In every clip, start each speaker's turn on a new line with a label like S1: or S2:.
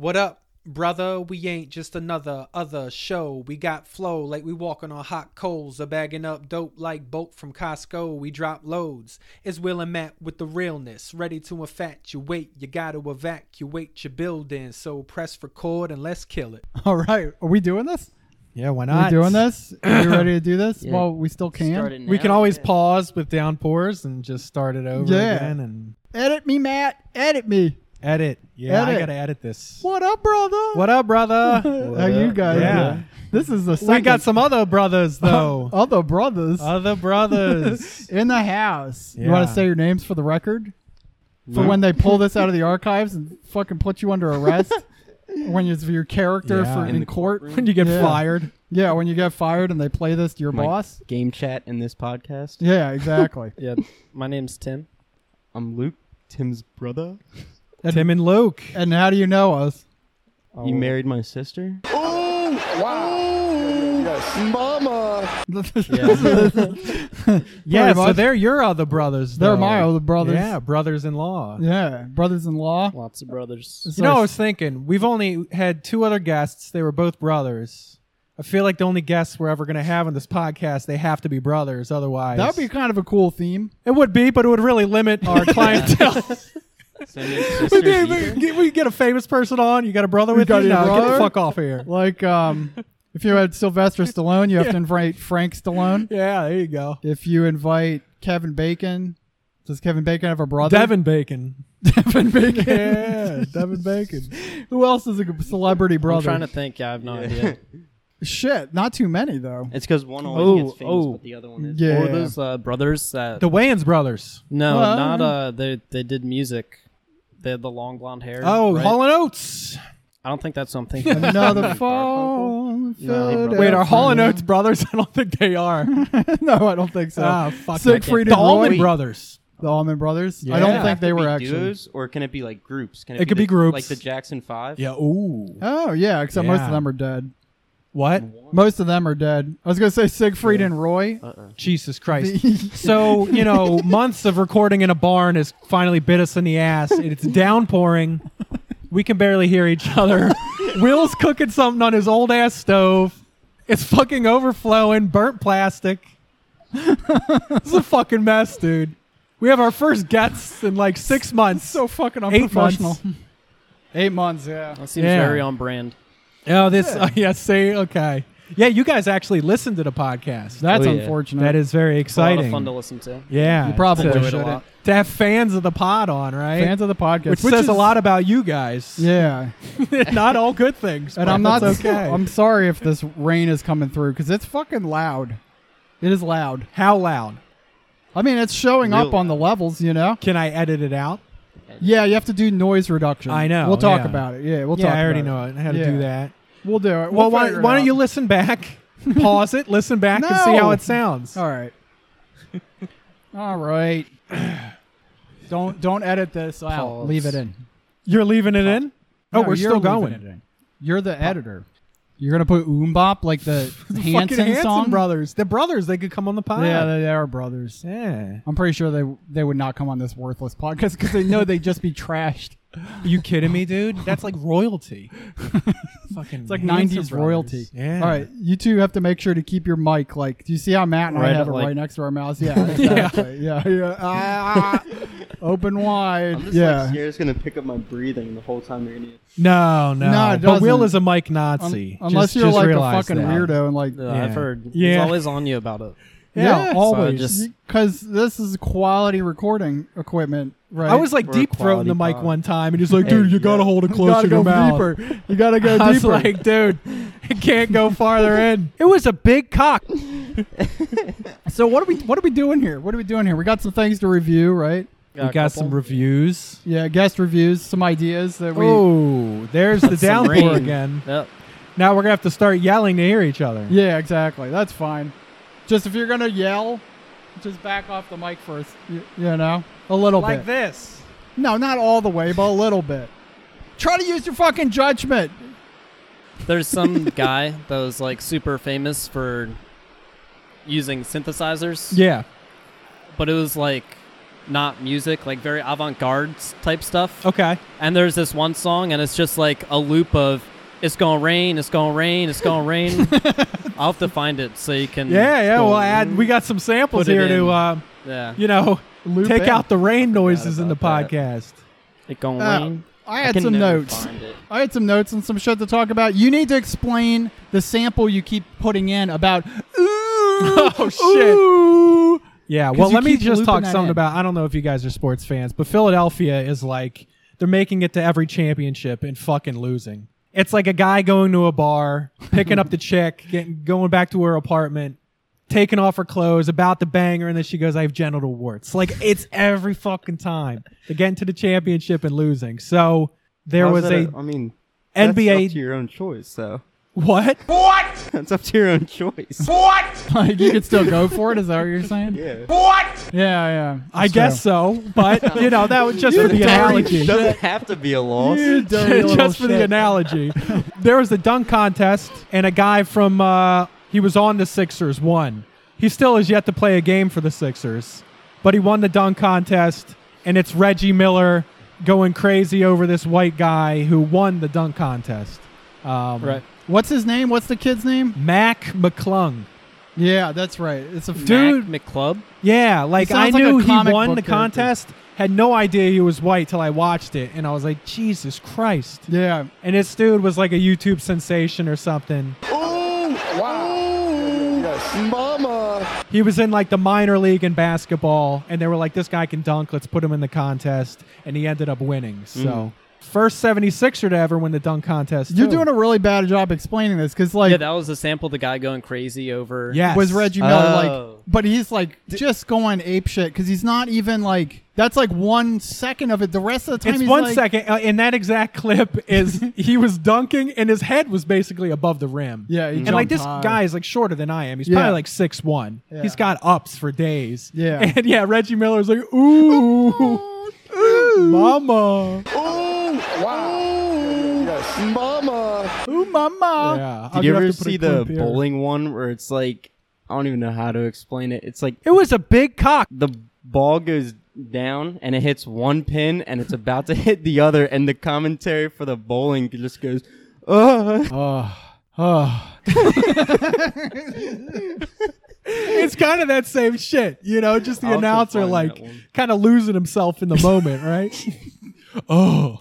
S1: What up, brother? We ain't just another other show. We got flow like we walking on hot coals, or bagging up dope like bulk from Costco. We drop loads. It's Will and Matt with the realness, ready to infatuate. You gotta evacuate your building, so press record and let's kill it.
S2: All right, are we doing this?
S3: Yeah, why
S2: Are
S3: not?
S2: we doing this? Are you ready to do this?
S4: Yeah.
S2: Well, we still
S4: Start it
S2: can.
S3: We
S4: now,
S3: can always
S4: yeah.
S3: pause with downpours and just start it over
S2: Yeah.
S3: again and
S2: Edit me, Matt. Edit me.
S3: edit. Yeah, I
S2: Edit.
S3: gotta edit this.
S2: What up, brother?
S3: What up, brother?
S2: How you guys?
S3: Yeah.
S2: doing? This is the second.
S3: we got some other brothers though.
S2: other brothers
S3: other brothers.
S2: in the house. You want
S3: Yeah.
S2: to say your names for the record? For when they pull this out of the archives and fucking put you under arrest. When it's your character
S3: Yeah.
S2: for
S3: In
S2: in,
S4: the
S2: court,
S4: courtroom.
S3: when you get
S2: Yeah.
S3: fired.
S2: yeah, when you get fired and they play this to your
S4: My-
S2: boss,
S4: Game chat in this podcast.
S2: yeah, exactly.
S4: Yeah. My name's Tim. I'm Luke, Tim's brother.
S3: Tim and Luke.
S2: and how do you know us?
S5: Oh.
S4: You married my sister.
S3: Yeah, so
S2: much.
S3: they're your other brothers.
S2: They're
S3: though.
S2: my other brothers.
S3: Yeah, brothers in law.
S2: Yeah, brothers-in-law.
S4: Lots of brothers.
S2: It's
S3: You know, I
S2: our
S3: was thinking, we've only had two other guests. They were both brothers. I feel like the only guests we're ever going to have on this podcast, they have to be brothers. Otherwise,
S2: That would be kind of a cool theme.
S3: it would be, but it would really limit our clientele.
S4: So no
S3: we,
S4: sisters
S3: get,
S4: either?
S3: we get- we get a famous person on. You got a brother
S2: We
S3: with you?
S2: got
S3: No, get
S2: your
S3: the
S2: brother?
S3: fuck off of here.
S2: Like, um, if you had Sylvester Stallone, you have to invite Frank Stallone.
S3: Yeah, there you go.
S2: If you invite Kevin Bacon, does Kevin Bacon have a brother?
S3: Devin Bacon.
S2: Devin Bacon.
S3: Yeah, Devin Bacon.
S2: Who else is a g- celebrity brother?
S5: I'm trying to think. Yeah, I have no idea.
S2: Shit, not too many though.
S4: It's because one always
S5: Oh,
S4: gets famous,
S5: oh.
S4: but the other one is.
S2: Yeah.
S5: Or those uh, brothers that
S3: The Wayans brothers.
S5: no,
S2: Well,
S5: not
S2: I
S5: uh, they they did music. They had the long blonde hair.
S3: Oh,
S5: right?
S3: Hall and Oates.
S5: I don't think that's something. I
S2: Another fall. Philadelphia.
S3: Wait, are Hall and Oates brothers? I don't think they are.
S2: no, I don't think so.
S3: Ah, fuck.
S2: Siegfried
S3: the
S2: and Roy.
S3: Allman Brothers.
S2: The Allman Brothers.
S3: Yeah.
S2: I
S3: Does
S2: don't
S3: it
S2: think they were
S4: be
S2: actually.
S4: duos, or can it be like groups? Can
S3: It could
S4: the-
S3: be groups.
S4: like the Jackson Five.
S3: Yeah. Ooh.
S2: Oh yeah, except most
S3: Yeah.
S2: of them are dead.
S3: What?
S2: Most of them are dead. I was gonna say Siegfried and Roy.
S4: Uh,
S3: Jesus Christ. so, you know, months of recording in a barn has finally bit us in the ass. and It's downpouring. We can barely hear each other. Will's cooking something on his old ass stove. It's fucking overflowing, burnt plastic. this is a fucking mess, dude. We have our first guests in like six months. So fucking
S2: unprofessional. Eight months, yeah.
S4: Oh,
S5: that seems
S3: Yeah.
S5: very on brand.
S3: Oh, this. Yeah. yeah, say, okay. Yeah, you guys actually listened to the podcast.
S2: That's
S4: Oh, yeah.
S2: unfortunate.
S3: That is very
S5: It's a lot
S3: exciting.
S5: of fun to listen to.
S3: yeah.
S2: You probably
S5: Enjoy it a
S2: should.
S5: lot.
S3: to have fans of the pod on, right?
S2: Fans of the podcast,
S3: which, says
S2: is-
S3: a lot about you guys.
S2: Yeah,
S3: not all good things.
S2: and
S3: but
S2: I'm not.
S3: that's okay.
S2: I'm sorry if this rain is coming through because it's fucking loud. It is loud.
S3: How loud?
S2: I mean, it's showing
S4: Real
S2: up on the levels, you know.
S3: Can I edit it out?
S2: Yeah, you have to do noise reduction.
S3: I know,
S2: We'll talk
S3: yeah.
S2: about it. Yeah, we'll
S3: yeah,
S2: talk.
S3: I already
S2: about
S3: know it, how to
S2: Yeah.
S3: do that.
S2: it. We'll do it.
S3: Well, why,
S2: figure it
S3: why don't
S2: out.
S3: you listen back, pause it, listen back, and see
S2: No.
S3: how it sounds?
S2: All right. All right. don't don't edit this out.
S5: Pause.
S2: Leave it in.
S3: You're leaving it in? Oh,
S2: No,
S3: we're
S2: you're
S3: still
S2: leaving
S3: going.
S2: it in. You're the editor. You're gonna put Oombop like the
S3: Fucking
S2: Hanson,
S3: Hanson
S2: song.
S3: brothers. They're brothers. They could come on the pod.
S2: Yeah, they, they are brothers.
S3: Yeah.
S2: I'm pretty sure they they would not come on this worthless podcast because they know they'd just be trashed.
S3: Are you kidding me, dude? That's like royalty. Fucking
S2: It's like
S3: Hanson
S2: 90s
S3: brothers.
S2: royalty.
S3: Yeah.
S2: All right, you two have to make sure to keep your mic like. Do you see how Matt and
S5: Right
S2: I have
S5: at,
S2: it
S5: like-
S2: right next to our mouths? Yeah, exactly. yeah, yeah.
S3: uh,
S2: Ah, open wide.
S4: I'm just
S2: yeah.
S4: like scared it's gonna pick up my breathing the whole time you're gonna.
S3: No, no.
S2: No, it
S3: but Will
S2: doesn't.
S3: is a Mike
S2: Un-
S3: Nazi.
S2: unless
S3: Just-
S2: you're
S3: just
S2: like a
S3: realize
S2: fucking
S3: that.
S2: weirdo and like
S5: Uh,
S3: Yeah.
S5: I've heard.
S3: Yeah.
S5: He's always on you about it.
S3: Yeah,
S2: yeah,
S3: so
S2: always
S5: just-
S2: because this is quality recording equipment, right?
S3: I was like
S4: We're
S3: deep throating the
S4: quality
S3: mic
S4: pod.
S3: one time, and he's like,
S4: Hey,
S3: "Dude, you gotta
S4: yeah.
S3: hold it
S2: you
S3: close
S2: gotta
S3: to your
S2: go
S3: mouth."
S2: deeper. You gotta go
S3: I was
S2: deeper.
S3: like, "Dude, it can't go farther in." It was a big cock.
S2: so what are we? What are we doing here? What are we doing here? We got some things to review, right?
S3: We got some reviews.
S2: Yeah, guest reviews, some ideas that we.
S3: oh, there's the
S5: That's some
S3: downpour
S5: rain.
S3: again.
S5: Yep.
S3: Now we're gonna have to start yelling to hear each other.
S2: Yeah, exactly. That's fine. Just if you're gonna yell, just back off the mic first. You, you know, a little
S3: like
S2: bit.
S3: this.
S2: No, not all the way, but a little bit. Try to use your fucking judgment.
S5: There's some guy that was like super famous for using synthesizers.
S3: Yeah,
S5: But it was like not music, like very avant-garde s- type stuff.
S3: Okay.
S5: And there's this one song, and it's just like a loop of "It's gonna rain, it's gonna rain, it's gonna rain." I'll have to find it so you
S6: Mm.
S5: can.
S3: Yeah, yeah. We'll add. We got some samples
S5: Put it
S3: here to,
S5: in.
S3: uh,
S5: yeah.
S3: you know,
S2: Loop
S3: take
S2: in.
S3: out the rain noises in the
S4: about that.
S3: podcast.
S5: It gonna
S2: Uh,
S5: rain.
S2: I
S5: I
S2: had
S5: can
S2: some
S5: never
S2: notes.
S5: find it.
S2: I had some notes and some shit to talk about. You need to explain the sample you keep putting in about. Ooh, oh
S3: shit. Yeah. Well,
S2: you
S3: let me
S2: keep
S3: just
S2: looping
S3: talk
S2: that
S3: something
S2: in.
S3: about. I don't know if you guys are sports fans, but Philadelphia is like they're making it to every championship and fucking losing. It's like a guy going to a bar, picking up the chick, getting going back to her apartment, taking off her clothes, about to bang her, and then she goes, "I have genital warts." Like it's every fucking time they're getting to the championship and losing. So there
S4: How's
S3: was
S4: that
S3: a
S4: I mean, that's up to
S3: NBA
S4: your own choice. So
S3: what?
S4: that's up to your own choice.
S2: Like you could still go for it. Is that what you're saying? Yeah,
S4: yeah.
S2: yeah.
S3: I guess so, but you know that was just for the analogy.
S4: doesn't have to be a loss.
S3: just for the analogy, there was the dunk contest, and a guy from uh, he was on the Sixers won. He still has yet to play a game for the Sixers, but he won the dunk contest, and it's Reggie Miller going crazy over this white guy who won the dunk contest. Um,
S5: Right.
S2: What's his name? What's the kid's name?
S3: Mac McClung.
S2: Yeah, that's right. It's a
S5: Dude, McClub.
S3: Yeah, like I
S2: sounds like a
S3: knew he
S2: comic
S3: won
S2: book
S3: the
S2: character.
S3: contest. Had no idea he was white till I watched it, and I was like, Jesus Christ.
S2: Yeah,
S3: And this dude was like a YouTube sensation or something.
S7: Mama.
S3: He was in like the minor league in basketball, and they were like, this guy can dunk. Let's put him in the contest. And he ended up winning. So, first 76er to ever win the dunk contest.
S2: Mm-hmm. you're doing a really bad job explaining this because like
S5: Yeah, that was the sample. The guy going crazy over.
S3: Yes.
S2: was Reggie Miller
S4: Oh.
S2: like, but he's like just going ape shit because he's not even like that's like one second of it. The rest of the time,
S3: It's
S2: he's
S3: one
S2: like,
S3: second, uh, and that exact clip is he was dunking, and his head was basically above the rim.
S2: Yeah, he
S3: and like
S2: jumped
S3: this
S2: high.
S3: guy is like shorter than I am. He's
S2: Yeah.
S3: probably like six one.
S2: Yeah.
S3: He's got ups for days.
S2: Yeah.
S3: and yeah, Reggie Miller was like, ooh, ooh, mama,
S7: Mama.
S2: Ooh, mama.
S3: yeah.
S4: Did you ever see the bowling one where it's like I don't even know how to explain it. It's like
S3: It was a big cock.
S4: the ball goes down and it hits one pin and it's about to hit the other and the commentary for the bowling just goes Ugh.
S3: It's kind of that same shit, you know. Just the
S4: I'll have to
S3: announcer
S4: find
S3: like
S4: that one.
S3: kind of losing himself in the moment, right? oh,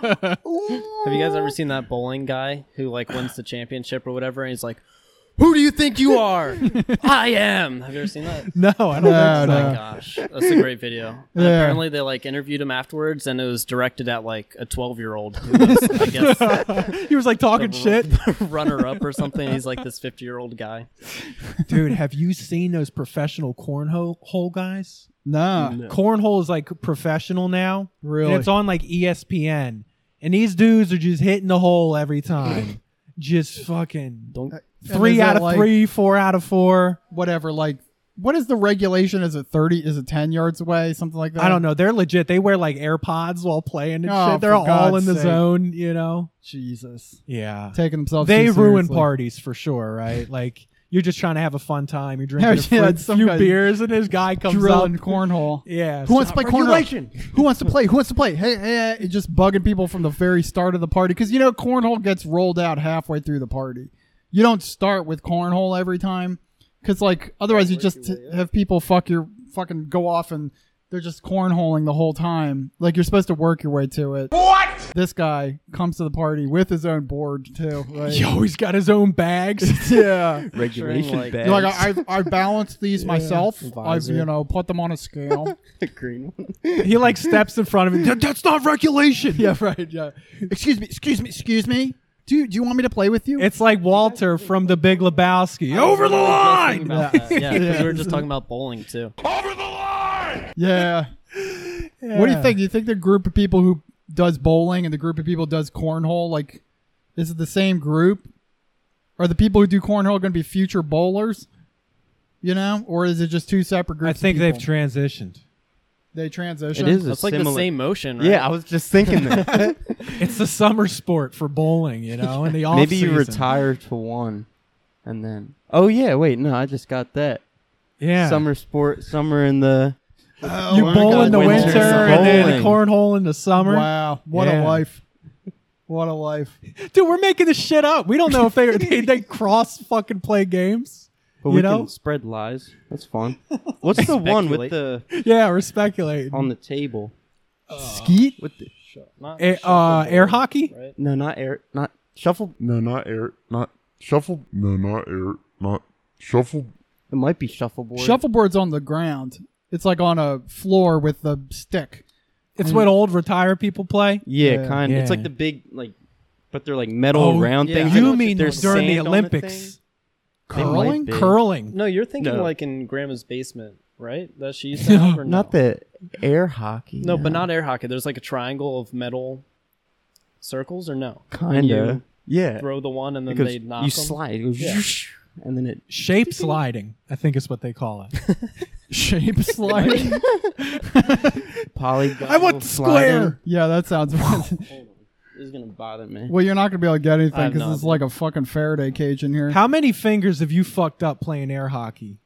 S5: Have you guys ever seen that bowling guy who like wins the championship or whatever? And he's like,
S4: who do you think you are
S5: "I am." Have you ever seen that?
S3: no, I don't.
S2: No,
S5: Oh my
S2: no.
S5: gosh, that's a great video. And
S2: Yeah.
S5: Apparently, they like interviewed him afterwards, and it was directed at like a twelve-year-old, who was, I guess,
S3: He was like talking shit.
S5: runner-up or something. He's like this fifty-year-old guy.
S3: Dude, have you seen those professional cornhole hole guys?
S2: No.
S3: Cornhole is like professional now.
S2: Really?
S3: And it's on like E ESPN. And these dudes are just hitting the hole every time. just fucking
S5: Don't
S3: three
S2: is
S3: out
S2: it
S3: of
S2: like-
S3: three, four out of four.
S2: Whatever. Like, what is the regulation? Is it 30? Is it 10 yards away? Something like that?
S3: I don't know. They're legit. They wear like AirPods while playing and
S2: Oh,
S3: shit. They're
S2: for
S3: all
S2: God's
S3: in the
S2: sake.
S3: zone, you know?
S2: Jesus.
S3: Yeah.
S2: Taking themselves
S3: They
S2: too
S3: ruin
S2: seriously.
S3: parties for sure, right? like you're just trying to have a fun time. You're drinking
S2: yeah,
S3: a
S2: it's
S3: few,
S2: some guy
S3: few beers and this guy comes
S2: Drilling
S3: up.
S2: cornhole.
S3: yeah.
S2: Who wants to
S3: stop
S2: play cornhole?
S3: regulation.
S2: Who wants to play? Who wants to play? Hey, hey, hey, just bugging people from the very start of the party because you know cornhole gets rolled out halfway through the party. You don't start with cornhole every time because like otherwise you just have people fuck your fucking go off and they're just cornholing the whole time. Like you're supposed to work your way to it. What? This guy comes to the party with his own board too. Like,
S3: Yo, he's got his own bags.
S2: Yeah.
S4: regulation
S5: like-
S4: bag
S2: You're like I, I, I balanced these myself. I've
S4: Visor.
S2: you know put them on a scale.
S4: the green one
S3: He like steps in front of him. "That- That's not regulation.
S2: Yeah, right. Yeah. Excuse me. Excuse me. Excuse me. Do you, do you want me to play with you?
S3: It's like Walter from The Big Lebowski. Over the
S5: Talking
S3: line.
S5: about that. Yeah, 'cause we were just talking about bowling too.
S2: yeah. What do you think? Do you think the group of people who does bowling and the group of people does cornhole like is it the same group? Are the people who do cornhole going to be future bowlers? You know, or is it just two separate
S3: I
S2: groups?
S3: think they've
S2: transitioned.
S3: transitioned.
S2: they transition.
S4: it is a
S5: That's like the
S4: similar-
S5: same motion, right?
S4: yeah i was just thinking that
S3: It's the summer sport for bowling, you know, in the off
S4: maybe you
S3: season.
S4: retire to one and then oh yeah wait no i just got that
S3: Yeah.
S4: summer sport summer in the
S2: Oh,
S3: you
S2: my
S3: bowl
S2: God.
S3: in the
S4: Winter.
S3: winter, and then
S4: Bowling.
S3: cornhole in the summer.
S2: Wow, what
S3: Yeah.
S2: a life! What a life!
S3: Dude, we're making this shit up. We don't know if they they, they cross fucking play games.
S4: But
S3: You
S4: we
S3: know?
S4: can spread lies. That's fun. What's the one with the
S3: Yeah, we're speculating.
S4: on the table?
S3: Skeet,
S4: With the
S3: Air- uh, air hockey.
S4: no, not air, not shuffle.
S8: No, not air. Not shuffle. No, not air. Not shuffle.
S4: It might be shuffleboard.
S2: Shuffleboard's on the ground. It's like on a floor with the stick.
S3: It's what old retired people play.
S4: Yeah,
S2: Yeah.
S4: kind. of. It's
S3: Yeah.
S4: like the big like, but they're like metal
S3: Oh,
S4: round
S6: yeah.
S4: things.
S6: You
S4: Like,
S3: mean
S4: there's
S3: during the
S4: sand on
S3: Olympics.
S4: thing. They might
S2: Curling?
S4: be.
S3: Curling.
S6: No, you're thinking
S4: No.
S6: like in grandma's basement, right? That she used to have. Or no?
S4: Not the air hockey.
S6: No, but not air hockey. uh, There's like a triangle of metal circles, or no?
S4: kind of.
S6: You
S4: Yeah,
S6: Throw the one and then
S4: because
S6: they
S4: you
S6: knock 'em.
S4: slide, it goes
S6: Yeah.
S4: and then it.
S3: Shape sliding, I think is what they call it.
S2: Shape sliding.
S4: Polygon.
S3: I want square.
S2: yeah, that sounds.
S4: This is gonna bother me.
S2: well, you're not gonna be able to get
S6: I
S2: anything
S6: have no
S2: because it's
S6: idea.
S2: like a fucking Faraday cage in here.
S3: How many fingers have you fucked up playing air hockey?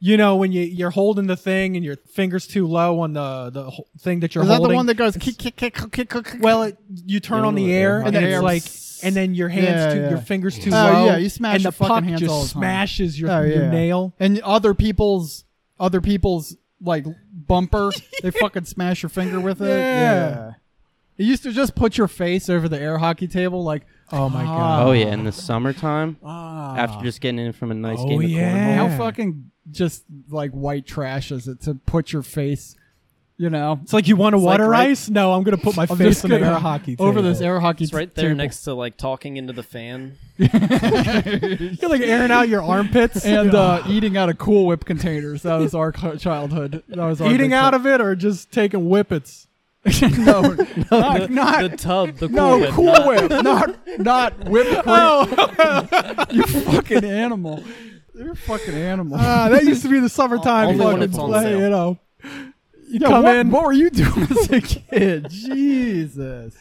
S3: You know when you you're holding the thing and your fingers too low on the the ho- thing that you're
S2: Is that
S3: holding.
S2: the one that goes kick kick kick kick kick? kick
S3: well, it, you turn on the air and
S2: hockey.
S3: then
S2: Yeah.
S3: it's like, and then your hands,
S2: Yeah,
S3: too,
S2: yeah.
S3: your fingers too
S2: Oh,
S3: low.
S2: yeah, you smash
S3: and
S2: your
S3: the puck
S2: fucking hands
S3: just
S2: all the time.
S3: smashes your,
S2: Oh,
S3: your
S2: yeah.
S3: nail.
S2: and other people's other people's like bumper they fucking smash your finger with it
S3: Yeah.
S2: it used to just put your face over the air hockey table like
S3: Oh my god!
S4: Oh yeah, in the summertime,
S2: ah
S4: after just getting in from a nice
S3: Oh,
S4: game of
S3: yeah.
S2: how fucking just like white trash is it to put your face you know
S3: It's like you want a water
S2: like, right-
S3: ice? No, I'm gonna put my
S2: I'm
S3: face
S2: just
S3: in the
S2: gonna-
S3: air hockey
S2: over
S3: table.
S2: this air hockey
S6: It's right there
S2: table.
S6: next to like talking into the fan.
S3: You're like airing out your armpits
S2: and uh, eating out of Cool Whip containers. That was our co- childhood. That was our
S3: eating out of it or just taking whippets.
S2: of no, not, not
S6: The tub, the cool
S2: No,
S6: whip,
S2: Cool
S6: not-
S2: Whip, not not whipped cream. Oh. you fucking animal! You're a fucking animal.
S3: Ah, that used to be the summertime
S6: Only when
S3: fucking
S6: it's on
S3: play,
S6: sale.
S3: you know. You
S2: Yeah,
S3: come
S2: what,
S3: in.
S2: what were you doing as a kid? Jesus,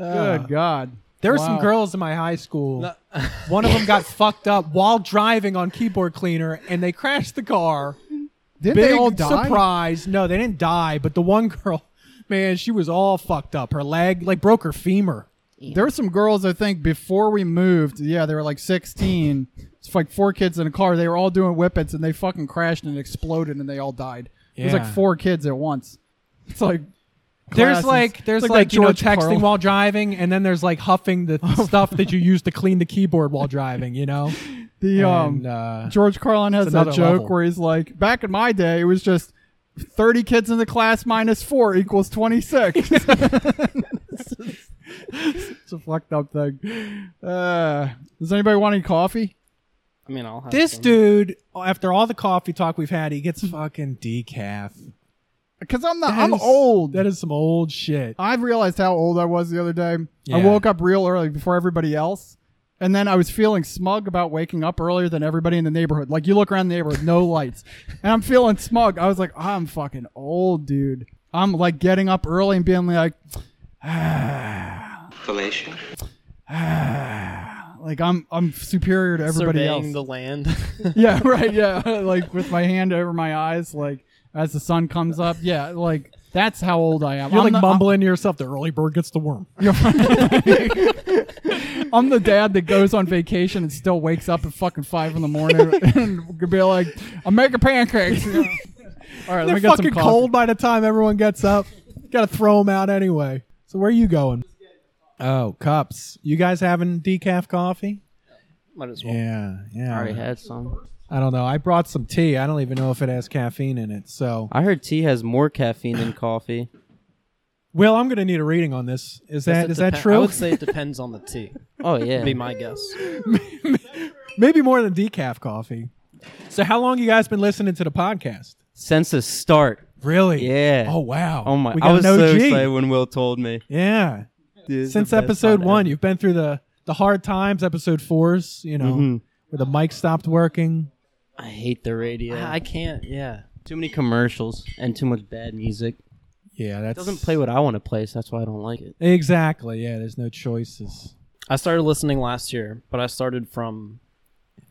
S2: Uh,
S3: Ah.
S2: good God!
S3: There were some
S2: Wow.
S3: girls in my high school. One of them got fucked up while driving on keyboard cleaner, and they crashed the car.
S2: Did
S3: Big
S2: they all die?
S3: surprise! No, they didn't die, but the one girl, man, she was all fucked up. Her leg, like, broke her femur.
S2: There were some girls I think before we moved. Yeah, they were like 16. It's like four kids in a car. They were all doing whippets, and they fucking crashed and exploded, and they all died. It was
S3: Yeah.
S2: like four kids at once. It's like
S3: There's
S2: classes.
S3: like there's
S2: It's
S3: like,
S2: like that
S3: you know
S2: George
S3: texting
S2: Carl.
S3: while driving, and then there's like huffing the stuff that you use to clean the keyboard while driving. You know,
S2: the um.
S3: And, uh,
S2: George Carlin has
S3: It's
S2: that
S3: another
S2: joke
S3: level.
S2: where he's like, back in my day, it was just 30 kids in the class minus four equals 26. it's a fucked up thing. Uh, does anybody want any coffee?
S6: I mean, I'll have
S3: this
S6: some.
S3: dude, after all the coffee talk we've had, he gets fucking decaf.
S2: Because I'm not,
S3: That
S2: I'm
S3: is-
S2: old.
S3: That is some old Uh, shit.
S2: I realized how old I was the other day. I
S3: Yeah.
S2: woke up real early before everybody else. And then I was feeling smug about waking up earlier than everybody in the neighborhood. Like you look around the neighborhood, no lights. And I'm feeling smug. I was like, I'm fucking old, dude. I'm like getting up early and being like,
S9: Fellation.
S2: "Ah," like I'm I'm superior to everybody
S6: surveying
S2: else.
S6: the land.
S2: yeah, right. Yeah, like with my hand over my eyes, like as the sun comes up. Yeah, like that's how old I am.
S3: You're
S2: I'm
S3: like
S2: the-
S3: mumbling to yourself. The early bird gets the worm.
S2: I'm the dad that goes on vacation and still wakes up at fucking five in the morning and could be like, I'm making pancakes. All right,
S3: They're
S2: let me get some
S3: fucking
S2: coffee.
S3: cold by the time everyone gets up. Got to throw them out anyway. So where are you going? Oh, cups. You guys having decaf coffee?
S6: Might as well.
S3: Yeah, yeah.
S4: I already had some.
S3: I don't know. I brought some tea. I don't even know if it has caffeine in it. So
S4: I heard tea has more caffeine than coffee.
S3: Will, I'm going to need a reading on this. Is that
S6: It
S3: is that
S6: depen-
S3: true?
S6: I would say it depends on the tea.
S4: Oh yeah,
S6: Be my guess.
S3: Maybe more than decaf coffee. So, how long you guys been listening to the podcast?
S4: since the start.
S3: Really?
S4: Yeah.
S3: Oh wow.
S4: Oh my!
S3: We got
S4: I was
S3: no
S4: so
S3: G.
S4: excited when Will told me.
S3: Yeah.
S4: This is
S3: Since
S4: the best
S3: episode
S4: pod
S3: one,
S4: ever.
S3: you've been through the the hard times. Episode fours, you know,
S4: Mm-hmm.
S3: where the mic stopped working.
S4: I hate the radio.
S6: I can't. Yeah.
S4: too many commercials and too much bad music.
S3: Yeah, that
S4: It doesn't play what I want to play, so that's why I don't like it.
S3: exactly. Yeah, there's no choices.
S6: I started listening last year, but I started from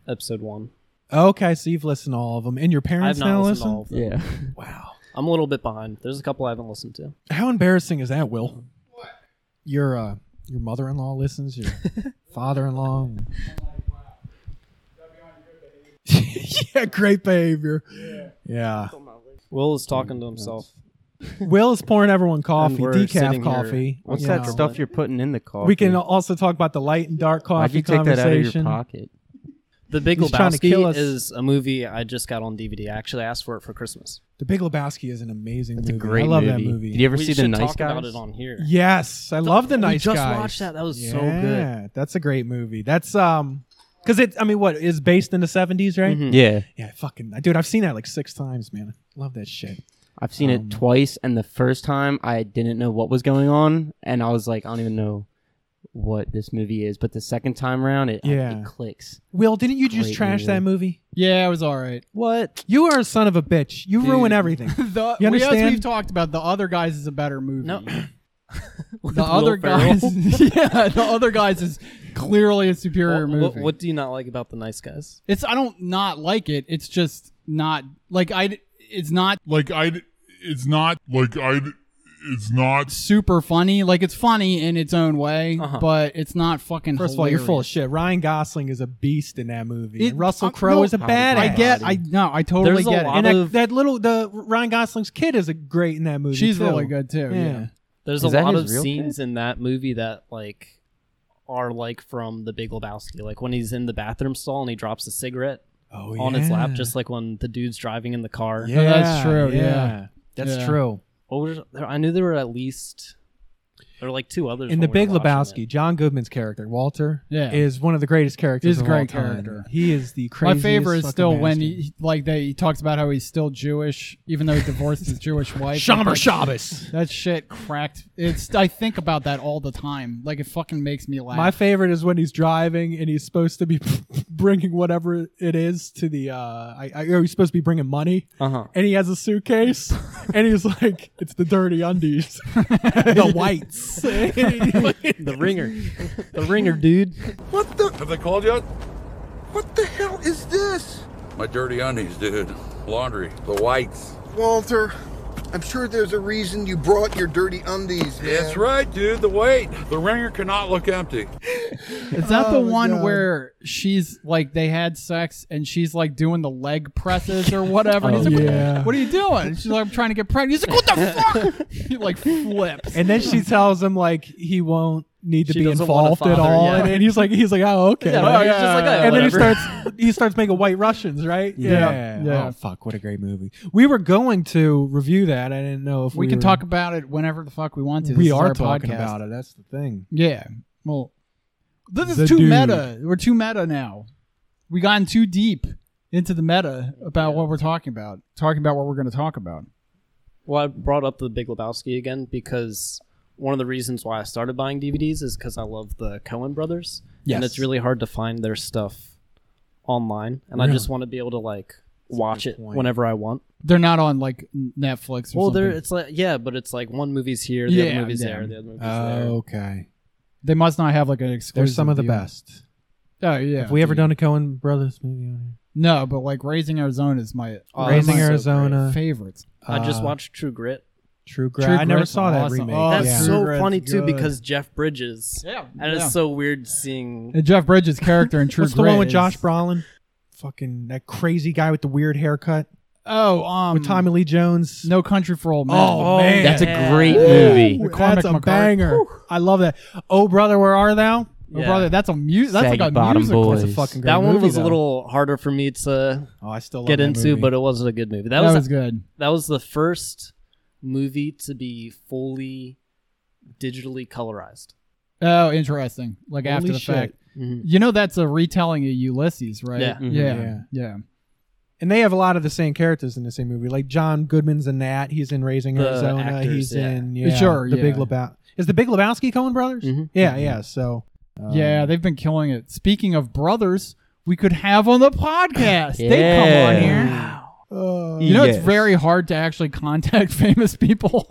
S6: episode one.
S3: Okay, so you've listened to all of them, and your
S6: I have
S3: parents
S6: not
S3: now
S6: listened
S3: listen.
S6: to all of them.
S4: Yeah.
S3: Wow.
S6: I'm a little bit behind. There's a couple I haven't listened to.
S3: How embarrassing is that, Will? Your uh, your mother-in-law listens. Your father-in-law. yeah, great behavior. Yeah.
S6: Will is talking to himself.
S3: Will is pouring everyone coffee,
S6: we're
S3: decaf
S6: sitting here-
S3: coffee.
S4: What's
S3: you
S4: that
S3: know.
S4: stuff you're putting in the coffee?
S3: We can also talk about the light and dark coffee
S4: Why'd you take that out of your
S3: conversation.
S4: pocket?
S6: The Big
S3: He's trying to kill
S6: Lebowski
S3: us.
S6: is a movie I just got on DVD. I actually asked for it for Christmas.
S3: the Big Lebowski is an amazing
S4: It's a
S3: movie.
S4: great
S3: I love
S4: movie.
S3: that movie.
S4: Did you ever
S6: we
S4: see the
S6: should
S4: nice
S6: talk
S4: guys?
S6: about it on here.
S3: yes, I love the nice
S6: we just
S3: guys.
S6: watched that. That was
S3: yeah,
S6: so good.
S3: That's a great movie. That's um, because it. I mean, what is based in the seventies, right?
S2: Mm-hmm.
S4: Yeah,
S3: Yeah, I fucking dude, I've seen that like six times, man. I love that shit.
S4: I've seen
S2: Um,
S4: it twice, and the first time I didn't know what was going on, and I was like, I don't even know what this movie is. But the second time around, it
S3: Yeah.
S4: it clicks.
S3: Will, didn't you just
S4: Great
S3: trash that movie?
S2: Yeah, it was all right.
S3: What? You are a son of a bitch. You ruin everything.
S2: The,
S3: You
S2: we, as
S3: understand?
S2: we've talked about, the other guys is a better movie.
S6: No. With
S2: The
S6: Will
S2: other
S6: Ferrell.
S2: guys, yeah, the other guys is clearly a superior
S6: What,
S2: movie.
S6: what, what do you not like about the nice guys?
S2: It's I don't not like it. It's just not like I. It's not
S8: Like I, it's not like I, it's not.
S2: super funny. Like it's funny in its own way,
S6: Uh-huh.
S2: but it's not fucking.
S3: First of all, you're full of
S2: hilarious.
S3: shit. Ryan Gosling is a beast in that movie.
S2: It-
S3: and Russell
S2: I'm-
S3: Crowe
S2: no,
S3: is a
S2: I
S3: badass.
S2: I get. I no. I totally
S6: There's a
S2: get
S6: lot
S2: it.
S3: And that,
S6: of-
S3: that little the Ryan Gosling's kid is a great in that movie.
S2: She's
S3: too.
S2: really good too. Yeah.
S3: Yeah.
S6: There's
S4: Is
S6: a
S4: that
S6: lot
S4: his
S6: of
S4: real
S6: scenes in that movie that like are like from the Big Lebowski. Like when he's in the bathroom stall and he drops a cigarette
S3: Oh,
S6: on his lap,
S3: yeah.
S6: just like when the dude's driving in the car.
S3: yeah,
S2: that's true, yeah.
S3: that's
S2: Yeah.
S3: true.
S6: What was, there, I knew there were at least there were like two others
S3: In the
S6: when we
S3: Big
S6: were watching
S3: Lebowski, John Goodman's character Walter
S2: Yeah.
S3: is one of the greatest characters.
S2: He's a
S3: of all
S2: great
S3: time.
S2: character.
S3: He is the
S2: My
S3: craziest.
S2: favorite is
S3: fucking
S2: still when
S3: bastard.
S2: he like they he talks about how he's still Jewish even though he divorced his Jewish wife.
S3: Shomer
S2: Like,
S3: Shabbos.
S2: That shit cracked. It's I think about that all the time. Like it fucking makes me laugh.
S3: My favorite is when he's driving and he's supposed to be bringing whatever it is to the. Uh, I, I, or he's supposed to be bringing money,
S4: Uh-huh.
S3: and he has a suitcase, and he's like, "It's the dirty undies, the whites."
S6: it. the ringer, the ringer dude.
S9: What the?
S10: Have they called yet?
S9: What the hell is this?
S10: My dirty undies, dude. Laundry. The whites.
S9: Walter, I'm sure there's a reason you brought your dirty undies, man.
S10: That's right, dude. The weight. The ringer cannot look empty.
S2: Is that the
S3: my
S2: one
S3: Oh, God.
S2: where she's like they had sex and she's like doing the leg presses or whatever? and
S3: Oh,
S2: he's like,
S3: yeah.
S2: what, what are you doing? And she's like, I'm trying to get pregnant. He's like, what the fuck? he like flips.
S3: and then she tells him like he won't need to
S6: She
S3: be
S6: doesn't want a
S3: involved at
S6: father,
S3: all,
S6: yeah.
S3: and, and he's like, he's like, "Oh, okay."
S6: Yeah,
S3: Like,
S6: he's just like, "Oh,
S3: and then he
S6: whatever."
S3: starts he starts making White Russians, right?
S2: Yeah. Yeah.
S3: Oh fuck! What a great movie. We were going to review that. I didn't know if
S2: we
S3: we
S2: can
S3: were-
S2: talk about it whenever the fuck we want to. This
S3: We
S2: is
S3: are
S2: our
S3: talking
S2: podcast.
S3: about it. That's the thing.
S2: Yeah. Well, this is
S3: The
S2: too
S3: dude.
S2: meta. We're too meta now. We gotten too deep into the meta about what we're talking about. Talking about what we're going to talk about.
S6: Well, I brought up the Big Lebowski again because one of the reasons why I started buying DVDs is because I love the Cohen brothers,
S3: Yes.
S6: and it's really hard to find their stuff online, and I just want to be able to like watch it whenever I want.
S2: They're not on like Netflix. Or
S6: Well,
S2: something.
S6: there it's like yeah, but it's like one movie's here, the
S2: Yeah, Oh,
S6: other movie's
S2: yeah.
S6: there, the other movie's there.
S3: Okay.
S2: they must not have like an exclusive.
S3: They're some of the
S2: deal.
S3: best.
S2: Oh yeah.
S3: Have we ever done a Cohen Brothers movie on here?
S2: No, but like Raising Arizona is my
S6: Oh, that's
S3: Raising
S6: so
S3: Arizona,
S2: my favorite.
S6: I just
S3: uh,
S6: watched True Grit.
S3: True Grit.
S2: True
S3: I never
S2: Grit's
S3: saw that
S2: awesome.
S3: remake.
S2: Oh,
S6: That's
S2: yeah.
S6: so
S3: True Grit's
S6: funny too
S3: good.
S6: because Jeff Bridges,
S2: Yeah.
S6: and it's so weird seeing.
S2: And Jeff Bridges' character in True
S3: What's the one
S2: Grit
S3: with
S2: is-
S3: Josh Brolin? Fucking that crazy guy with the weird haircut
S2: Oh, um,
S3: with Tommy Lee Jones.
S2: No Country for Old Men.
S3: Oh, man.
S4: That's a great
S3: Ooh,
S4: movie.
S3: that's a
S2: McCormick McCart-
S3: banger. I love that. Oh brother, where are thou?
S2: Oh,
S6: Yeah.
S2: brother, that's a music. That's
S4: Saggy
S2: like a
S4: Bottom
S2: musical.
S4: Boys.
S2: That's a fucking great
S6: That one
S2: movie,
S6: was a
S2: though.
S6: little harder for me to
S3: Oh, I still love
S6: get
S3: that
S6: into,
S3: movie.
S6: but it wasn't a good movie. That,
S2: That,
S6: was,
S2: was good.
S6: that was the first movie to be fully digitally colorized.
S2: Oh, interesting. Like after
S3: Holy
S2: the
S3: shit.
S2: fact, you know, that's a retelling of Ulysses, right?
S6: Yeah. Mhm.
S2: yeah,
S3: Mm-hmm. Yeah.
S2: yeah.
S3: and they have a lot of the same characters in the same movie. Like John Goodman's in that. He's in Raising
S6: The
S3: Arizona.
S6: actors,
S3: he's
S6: yeah.
S3: in yeah,
S2: Sure,
S3: the Big
S2: yeah.
S3: Lebowski. Is the Big Lebowski Cohen Brothers?
S6: Mhm.
S3: Yeah, yeah. So um,
S2: Yeah, they've been killing it. Speaking of brothers, we could have on the podcast. They come
S4: Yeah.
S2: on here. You know, it's very hard to actually contact famous people.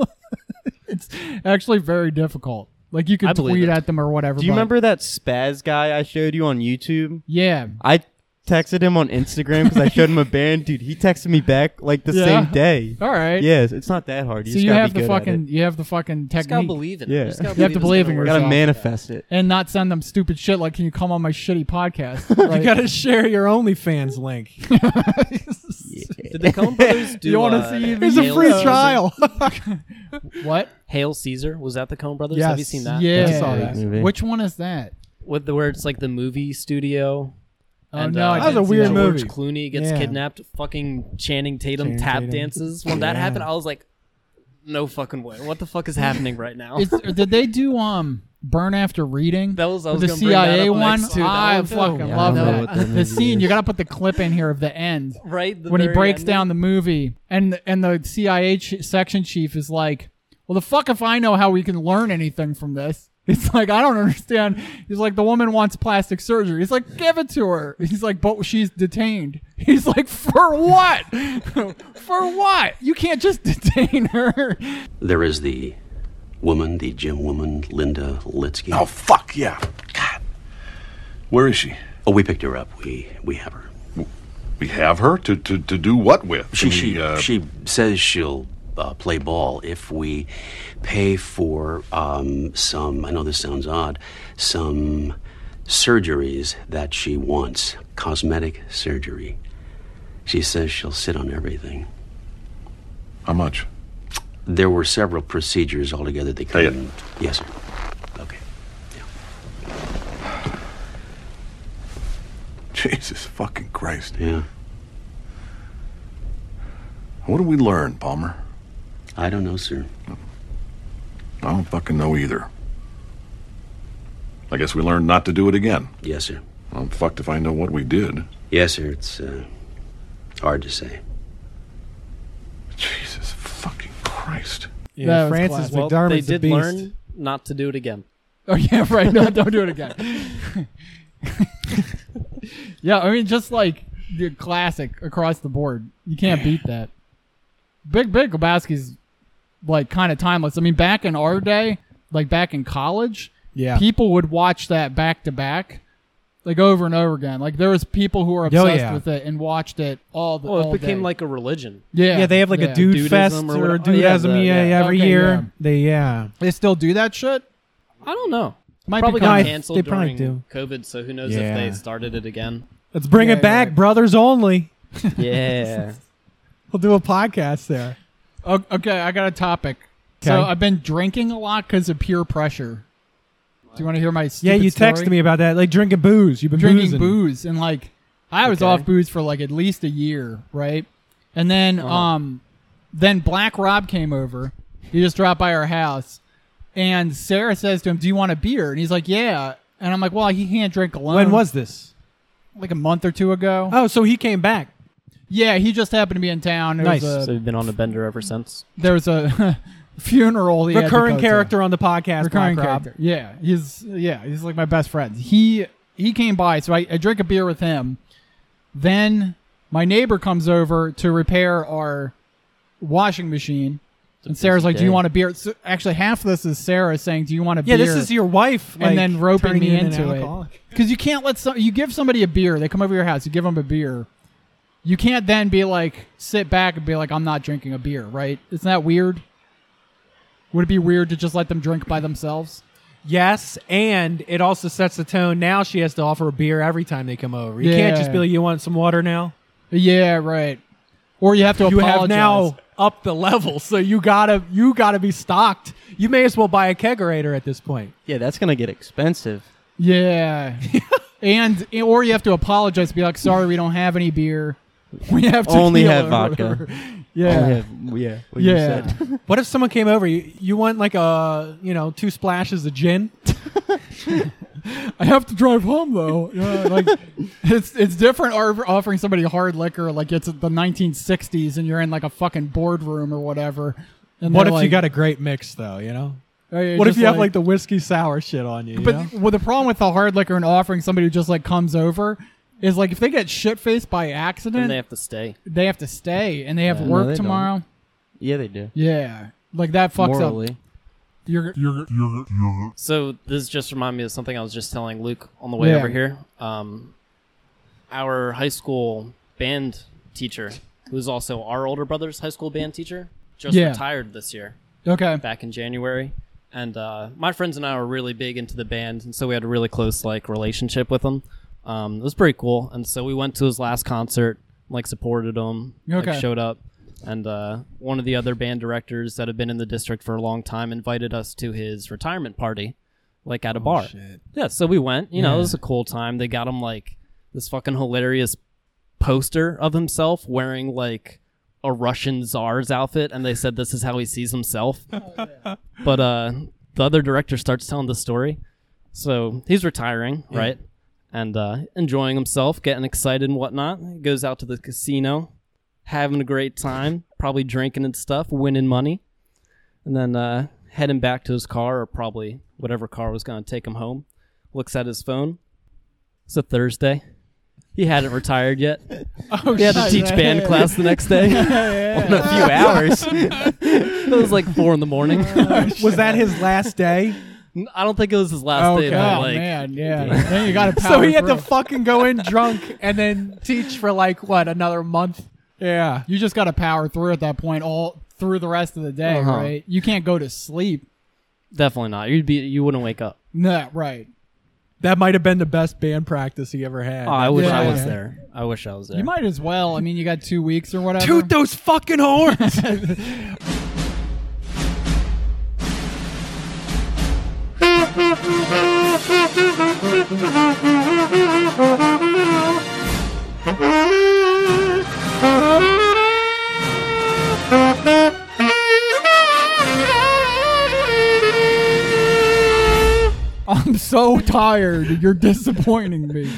S2: it's actually very difficult. Like you
S6: I
S2: could
S6: believe
S2: tweet
S6: it.
S2: at them or whatever.
S4: Do you
S2: but-
S4: remember that spaz guy I showed you on YouTube?
S2: Yeah,
S4: I texted him on Instagram because I showed him a band. Dude, he texted me back like the
S2: Yeah.
S4: same day.
S2: All right.
S4: Yes, it's not that hard. You
S2: so
S4: just
S2: you
S4: gotta
S2: have
S4: be
S2: the
S4: good at
S2: fucking
S4: it.
S2: you have the fucking
S6: Just
S2: technique.
S6: gotta believe in it.
S4: Yeah.
S6: Just gotta
S2: You have to
S6: believe it's
S2: believe in
S6: gonna
S4: You
S2: yourself.
S4: gotta
S6: work.
S4: manifest it.
S2: and not send them stupid shit like can you come on my shitty podcast Like,
S3: You gotta share your OnlyFans link.
S6: Did the Coen Brothers do?
S2: You wanna
S6: uh,
S2: see
S6: Hail
S2: It's a free
S6: Caesar?
S2: trial. what
S6: Hail Caesar was that the Coen Brothers?
S2: yes
S6: Have you seen that?
S2: yeah
S4: I saw that movie.
S2: which one is that
S6: With the where it's like the movie studio.
S2: Oh,
S6: and,
S2: no, I That was
S6: uh,
S2: a
S6: George
S2: weird
S3: movie.
S6: Clooney gets
S3: Yeah.
S6: kidnapped. Fucking Channing Tatum
S3: Channing
S6: tap
S3: Tatum.
S6: dances. When that
S3: Yeah.
S6: happened, I was like, "No fucking way! What the fuck is happening right now?"
S2: Is- did they do um burn after reading
S6: That was- I was
S2: the
S6: gonna bring that
S2: cia
S6: up
S2: one
S6: next, too. That
S2: i
S6: one-
S2: fucking
S6: Yeah, I
S2: love
S4: don't know
S2: that,
S4: what that
S2: the
S4: movie
S2: scene
S4: is.
S2: you gotta put the clip in here of the end
S6: right the
S2: when he
S6: very
S2: breaks
S6: end.
S2: down the movie and and the CIA ch- section chief is like, "Well, the fuck if I know how we can learn anything from this." It's like I don't understand. He's like, the woman wants plastic surgery. He's like, give it to her. He's like, but she's detained. He's like, for what? for what? You can't just detain her.
S11: There is the woman, the gym woman, Linda Litsky.
S12: Oh fuck yeah! God, where is she?
S11: Oh, we picked her up. We we have her.
S12: We have her to to, to do what with?
S11: She
S12: Can
S11: she
S12: we, uh,
S11: she says she'll uh, play ball if we pay for um, some. I know this sounds odd. Some surgeries that she wants, cosmetic surgery. She says she'll sit on everything.
S12: How much?
S11: There were several procedures altogether that
S12: Pay it.
S11: couldn't. Yes, sir. Okay.
S12: Jesus fucking Christ!
S11: Yeah.
S12: What do we learn, Palmer?
S11: I don't know, sir.
S12: I don't fucking know either. I guess we learned not to do it again.
S11: Yes, sir.
S12: I'm fucked if I know what we did.
S11: Yes, sir. It's uh, hard to say.
S12: Jesus fucking Christ!
S3: Yeah,
S2: That was
S3: Francis
S2: classic.
S6: Well,
S3: McDermott's
S6: they
S3: a
S6: did
S3: beast.
S6: learn not to do it again.
S2: Oh yeah, right. No, don't do it again. yeah, I mean, just like the classic across the board, you can't beat that. Big Big Lebowski's like kind of timeless. I mean, back in our day, like back in college,
S3: Yeah.
S2: people would watch that back to back, like over and over again. Like there was people who were obsessed
S3: Oh, yeah.
S2: with it and watched it all the.
S6: Well,
S2: all
S6: it became
S2: day.
S6: like a religion.
S2: yeah,
S3: Yeah, they have like
S2: yeah.
S3: a dude
S6: Dudism
S3: fest
S6: or
S3: or,
S6: whatever.
S3: dudeism
S6: Yeah, the-
S3: yeah,
S6: yeah.
S3: every
S2: Okay,
S3: year.
S2: yeah.
S3: They yeah.
S2: They still do that shit.
S6: I don't know.
S2: Might
S6: probably
S2: be
S6: got
S3: I-
S6: canceled
S3: they probably
S6: during
S3: do.
S6: COVID, so who knows
S3: Yeah.
S6: if they started it again.
S3: Let's bring
S2: Yeah,
S3: it back,
S2: right.
S3: brothers only.
S6: Yeah.
S3: We'll do a podcast there.
S2: O- Okay, I got a topic. So
S3: Okay.
S2: I've been drinking a lot because of peer pressure. Do you want to hear my?
S3: Yeah,
S2: stupid
S3: you texted
S2: story?
S3: me about that. Like drinking booze. You've been
S2: drinking
S3: boozing.
S2: booze and like I was
S6: Okay.
S2: off booze for like at least a year, right? And then
S3: Uh-huh.
S2: um, then Black Rob came over. He just dropped by our house, and Sarah says to him, "Do you want a beer?" And he's like, "Yeah." And I'm like, "Well, he can't drink alone."
S3: When was this?
S2: like a month or two ago?
S3: Oh, so he came back.
S2: yeah, he just happened to be in town. There
S3: Nice.
S2: Was a,
S6: So we've been on a bender ever since.
S2: there was a funeral. he had to
S3: Recurring
S2: go to.
S3: character on the podcast.
S2: recurring
S3: Black Rob.
S2: character. Yeah, he's yeah, he's like my best friend. He he came by, so I, I drink a beer with him. Then my neighbor comes over to repair our washing machine, and Sarah's
S6: busy
S2: like, "Do you
S6: day.
S2: want a beer?" So actually, half of this is Sarah saying, "Do you want a
S3: Yeah,
S2: beer?"
S3: this is your wife.
S2: and
S3: like,
S2: then roping
S3: turning
S2: me
S3: you into an
S2: into it
S3: alcoholic.
S2: because you can't let some you give somebody a beer. They come over your house, you give them a beer. You can't then be like sit back and be like, "I'm not drinking a beer," right? Isn't that weird? Would it be weird to just let them drink by themselves?
S3: Yes, and it also sets the tone. Now she has to offer a beer every time they come over. You can't just
S2: Yeah.
S3: be like, "You want some water now?"
S2: Yeah, right. Or you have to
S3: You
S2: apologize.
S3: have now up the level, so you gotta you gotta be stocked. You may as well buy a kegerator at this point.
S4: Yeah, that's gonna get expensive.
S2: Yeah. and or you have to apologize be like, sorry, we don't have any beer. We have to
S4: Only have vodka.
S2: Yeah.
S4: Only have- yeah. What you
S2: yeah.
S4: said.
S3: What if someone came over? You, you want like a you know two splashes of gin?
S2: I have to drive home though. Yeah, like it's it's different or offering somebody hard liquor like it's the 1960s and you're in like a fucking boardroom or whatever. And
S3: What
S2: they're
S3: if
S2: like-
S3: you got a great mix though? You know.
S2: Oh, yeah,
S3: What if
S2: just
S3: you have like the whiskey sour shit on you? you
S2: But
S3: know?
S2: well, the problem with the hard liquor and offering somebody who just like comes over is like if they get shit faced by accident,
S6: And they
S2: they have,
S6: have to
S2: to
S6: stay.
S2: stay and they have
S4: Yeah. No,
S2: work
S4: they
S2: tomorrow.
S4: Yeah, they do.
S2: Yeah, like that fucks
S4: Morally.
S2: up. You're
S6: So this just reminded me of something I was just telling Luke on the way
S2: Yeah.
S6: over here. Um, our high school band teacher, who's also our older brother's high school band teacher, just
S2: Yeah.
S6: retired this year.
S2: Okay.
S6: Back in January. And uh, my friends and I were really big into the band, and so we had a really close like relationship with him. Um, it was pretty cool, and so we went to his last concert, like supported him,
S2: Okay.
S6: like, showed up, and uh, one of the other band directors that had been in the district for a long time invited us to his retirement party, like at a bar. Yeah, so we went. You know, it was a cool time. They got him like this fucking hilarious poster of himself wearing like a Russian czar's outfit, and they said this is how he sees himself. but uh, the other director starts telling the story. So he's retiring,
S5: Yeah.
S6: right? And uh, enjoying himself, getting excited and whatnot. He goes out to the casino, having a great time, probably drinking and stuff, winning money and then uh, heading back to his car or probably whatever car was going to take him home. Looks at his phone. It's a Thursday. He hadn't retired yet.
S2: Oh,
S6: he had to
S2: shit.
S6: teach band class the next day
S2: Yeah, yeah,
S6: on a few
S2: yeah.
S6: hours. it was like four in the morning.
S3: was that his last day?
S6: I don't think it was his last
S3: Oh,
S6: day. but,
S3: God,
S6: like,
S2: man, yeah. Then you gotta
S3: so
S2: power
S3: he had to
S2: through.
S3: fucking go in drunk and then teach for like what another month.
S2: Yeah. You just got to power through at that point all through the rest of the day,
S6: Uh-huh.
S2: right? You can't go to sleep.
S6: Definitely not. You'd be. You wouldn't wake up.
S2: No, right.
S3: That might have been the best band practice he ever had.
S6: Oh, I wish I
S2: Yeah.
S6: was there. I wish I was there.
S2: You might as well. I mean, you got two weeks or whatever.
S3: Toot those fucking horns.
S2: I'm so tired. You're disappointing me.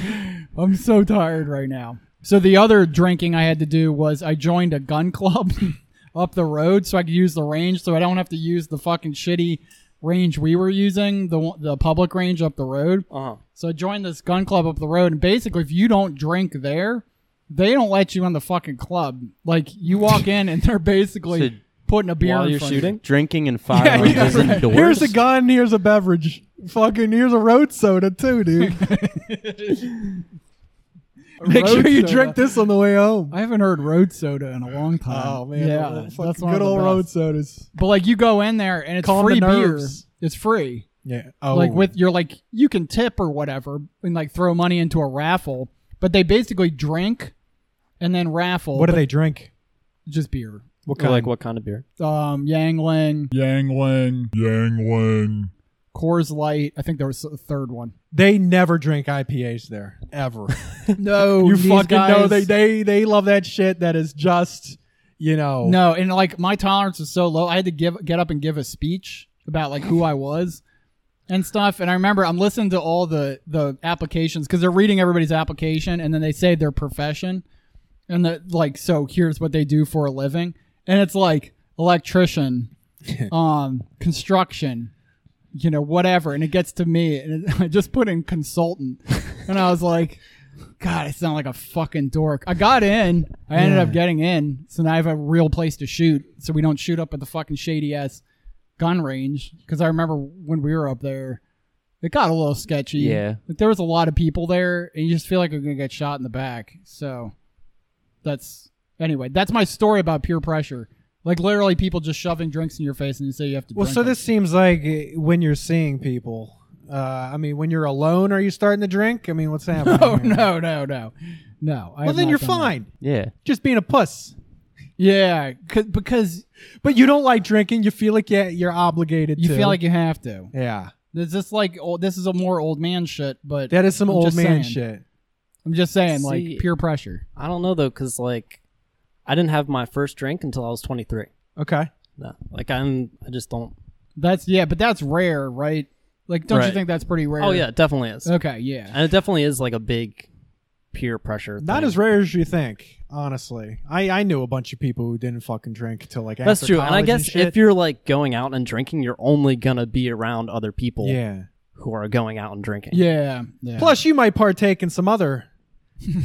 S2: I'm so tired right now. So the other drinking I had to do was I joined a gun club up the road so I could use the range so I don't have to use the fucking shitty range we were using, the one- the public range up the road.
S6: Uh-huh.
S2: So I joined this gun club up the road and basically if you don't drink there, they don't let you in the fucking club. Like you walk in and they're basically
S4: So
S2: putting a beer
S4: while
S2: in
S4: you're
S2: front of you.
S4: shooting, drinking and firearms is indoors.
S3: Here's a gun. Here's a beverage. Fucking here's a road soda too, dude. Make sure
S2: Road
S3: you
S2: soda.
S3: drink this on the way home.
S2: I haven't heard road soda in a long time.
S3: Oh, man,
S2: yeah,
S3: the
S2: that's
S3: fucking
S2: one of
S3: good
S2: the
S3: old road
S2: best.
S3: sodas.
S2: But like, you go in there and it's
S3: Calm the
S2: free beer.
S3: nerves.
S2: It's free.
S3: Yeah. Oh.
S2: Like with you're like you can tip or whatever and like throw money into a raffle, but they basically drink and then raffle.
S3: What do
S2: but
S3: they drink?
S2: Just beer.
S3: What
S6: Or, like what kind of beer?
S2: Um, Yangling, Yangling, Yangling, Coors Light. I think there was a third one.
S3: They never drink IPAs there ever.
S2: No,
S3: you
S2: these
S3: fucking know
S2: guys-
S3: they they they love that shit. That is just you know.
S2: No, and like my tolerance was so low, I had to give get up and give a speech about like who I was and stuff. And I remember I'm listening to all the the applications because they're reading everybody's application and then they say their profession and the like. So here's what they do for a living, and it's like electrician, um, construction, you know, whatever. And it gets to me, and it, I just put in consultant, and I was like. God, I sound like a fucking dork. I got in. I ended up getting in. So now I have a real place to shoot. So we don't shoot up at the fucking shady ass gun range. Because I remember when we were up there, it got a little sketchy.
S4: Yeah.
S2: Like there was a lot of people there, and you just feel like you're going to get shot in the back. So that's, anyway, that's my story about peer pressure. Like literally people just shoving drinks in your face and you say you have to
S3: Well,
S2: drink.
S3: so
S2: them.
S3: this seems like uh, when you're seeing people. Uh, I mean, when you're alone, are you starting to drink? I mean, what's happening?
S2: Oh,
S3: here?
S2: no, no, no. No. I
S3: Well,
S2: have
S3: then
S2: not
S3: you're
S2: done that.
S3: fine.
S4: yeah.
S3: Just being a puss.
S2: Yeah. 'cause- because
S3: But you don't like drinking. You feel like yeah, you're obligated.
S2: you
S3: to.
S2: feel like you have to.
S3: yeah.
S2: This is like old, this is a more old man shit, but
S3: That is some
S2: I'm
S3: old
S2: just
S3: man
S2: saying.
S3: shit.
S2: I'm just saying,
S6: See-
S2: like peer pressure.
S6: I don't know though, because like I didn't have my first drink until I was 23.
S3: Okay.
S6: No, like I'm. I just don't.
S2: That's yeah, but that's rare, right? Like, don't you
S6: Right.
S2: think that's pretty rare?
S6: Oh yeah, it definitely is.
S2: Okay, yeah.
S6: And it definitely is like a big peer pressure.
S3: Not
S6: thing.
S3: as rare as you think, honestly. I, I knew a bunch of people who didn't fucking drink till like
S6: That's
S3: after
S6: true. And I
S3: college
S6: guess
S3: shit.
S6: if you're like going out and drinking, you're only gonna be around other people
S3: yeah.
S6: who are going out and drinking.
S2: Yeah. yeah.
S3: Plus, you might partake in some other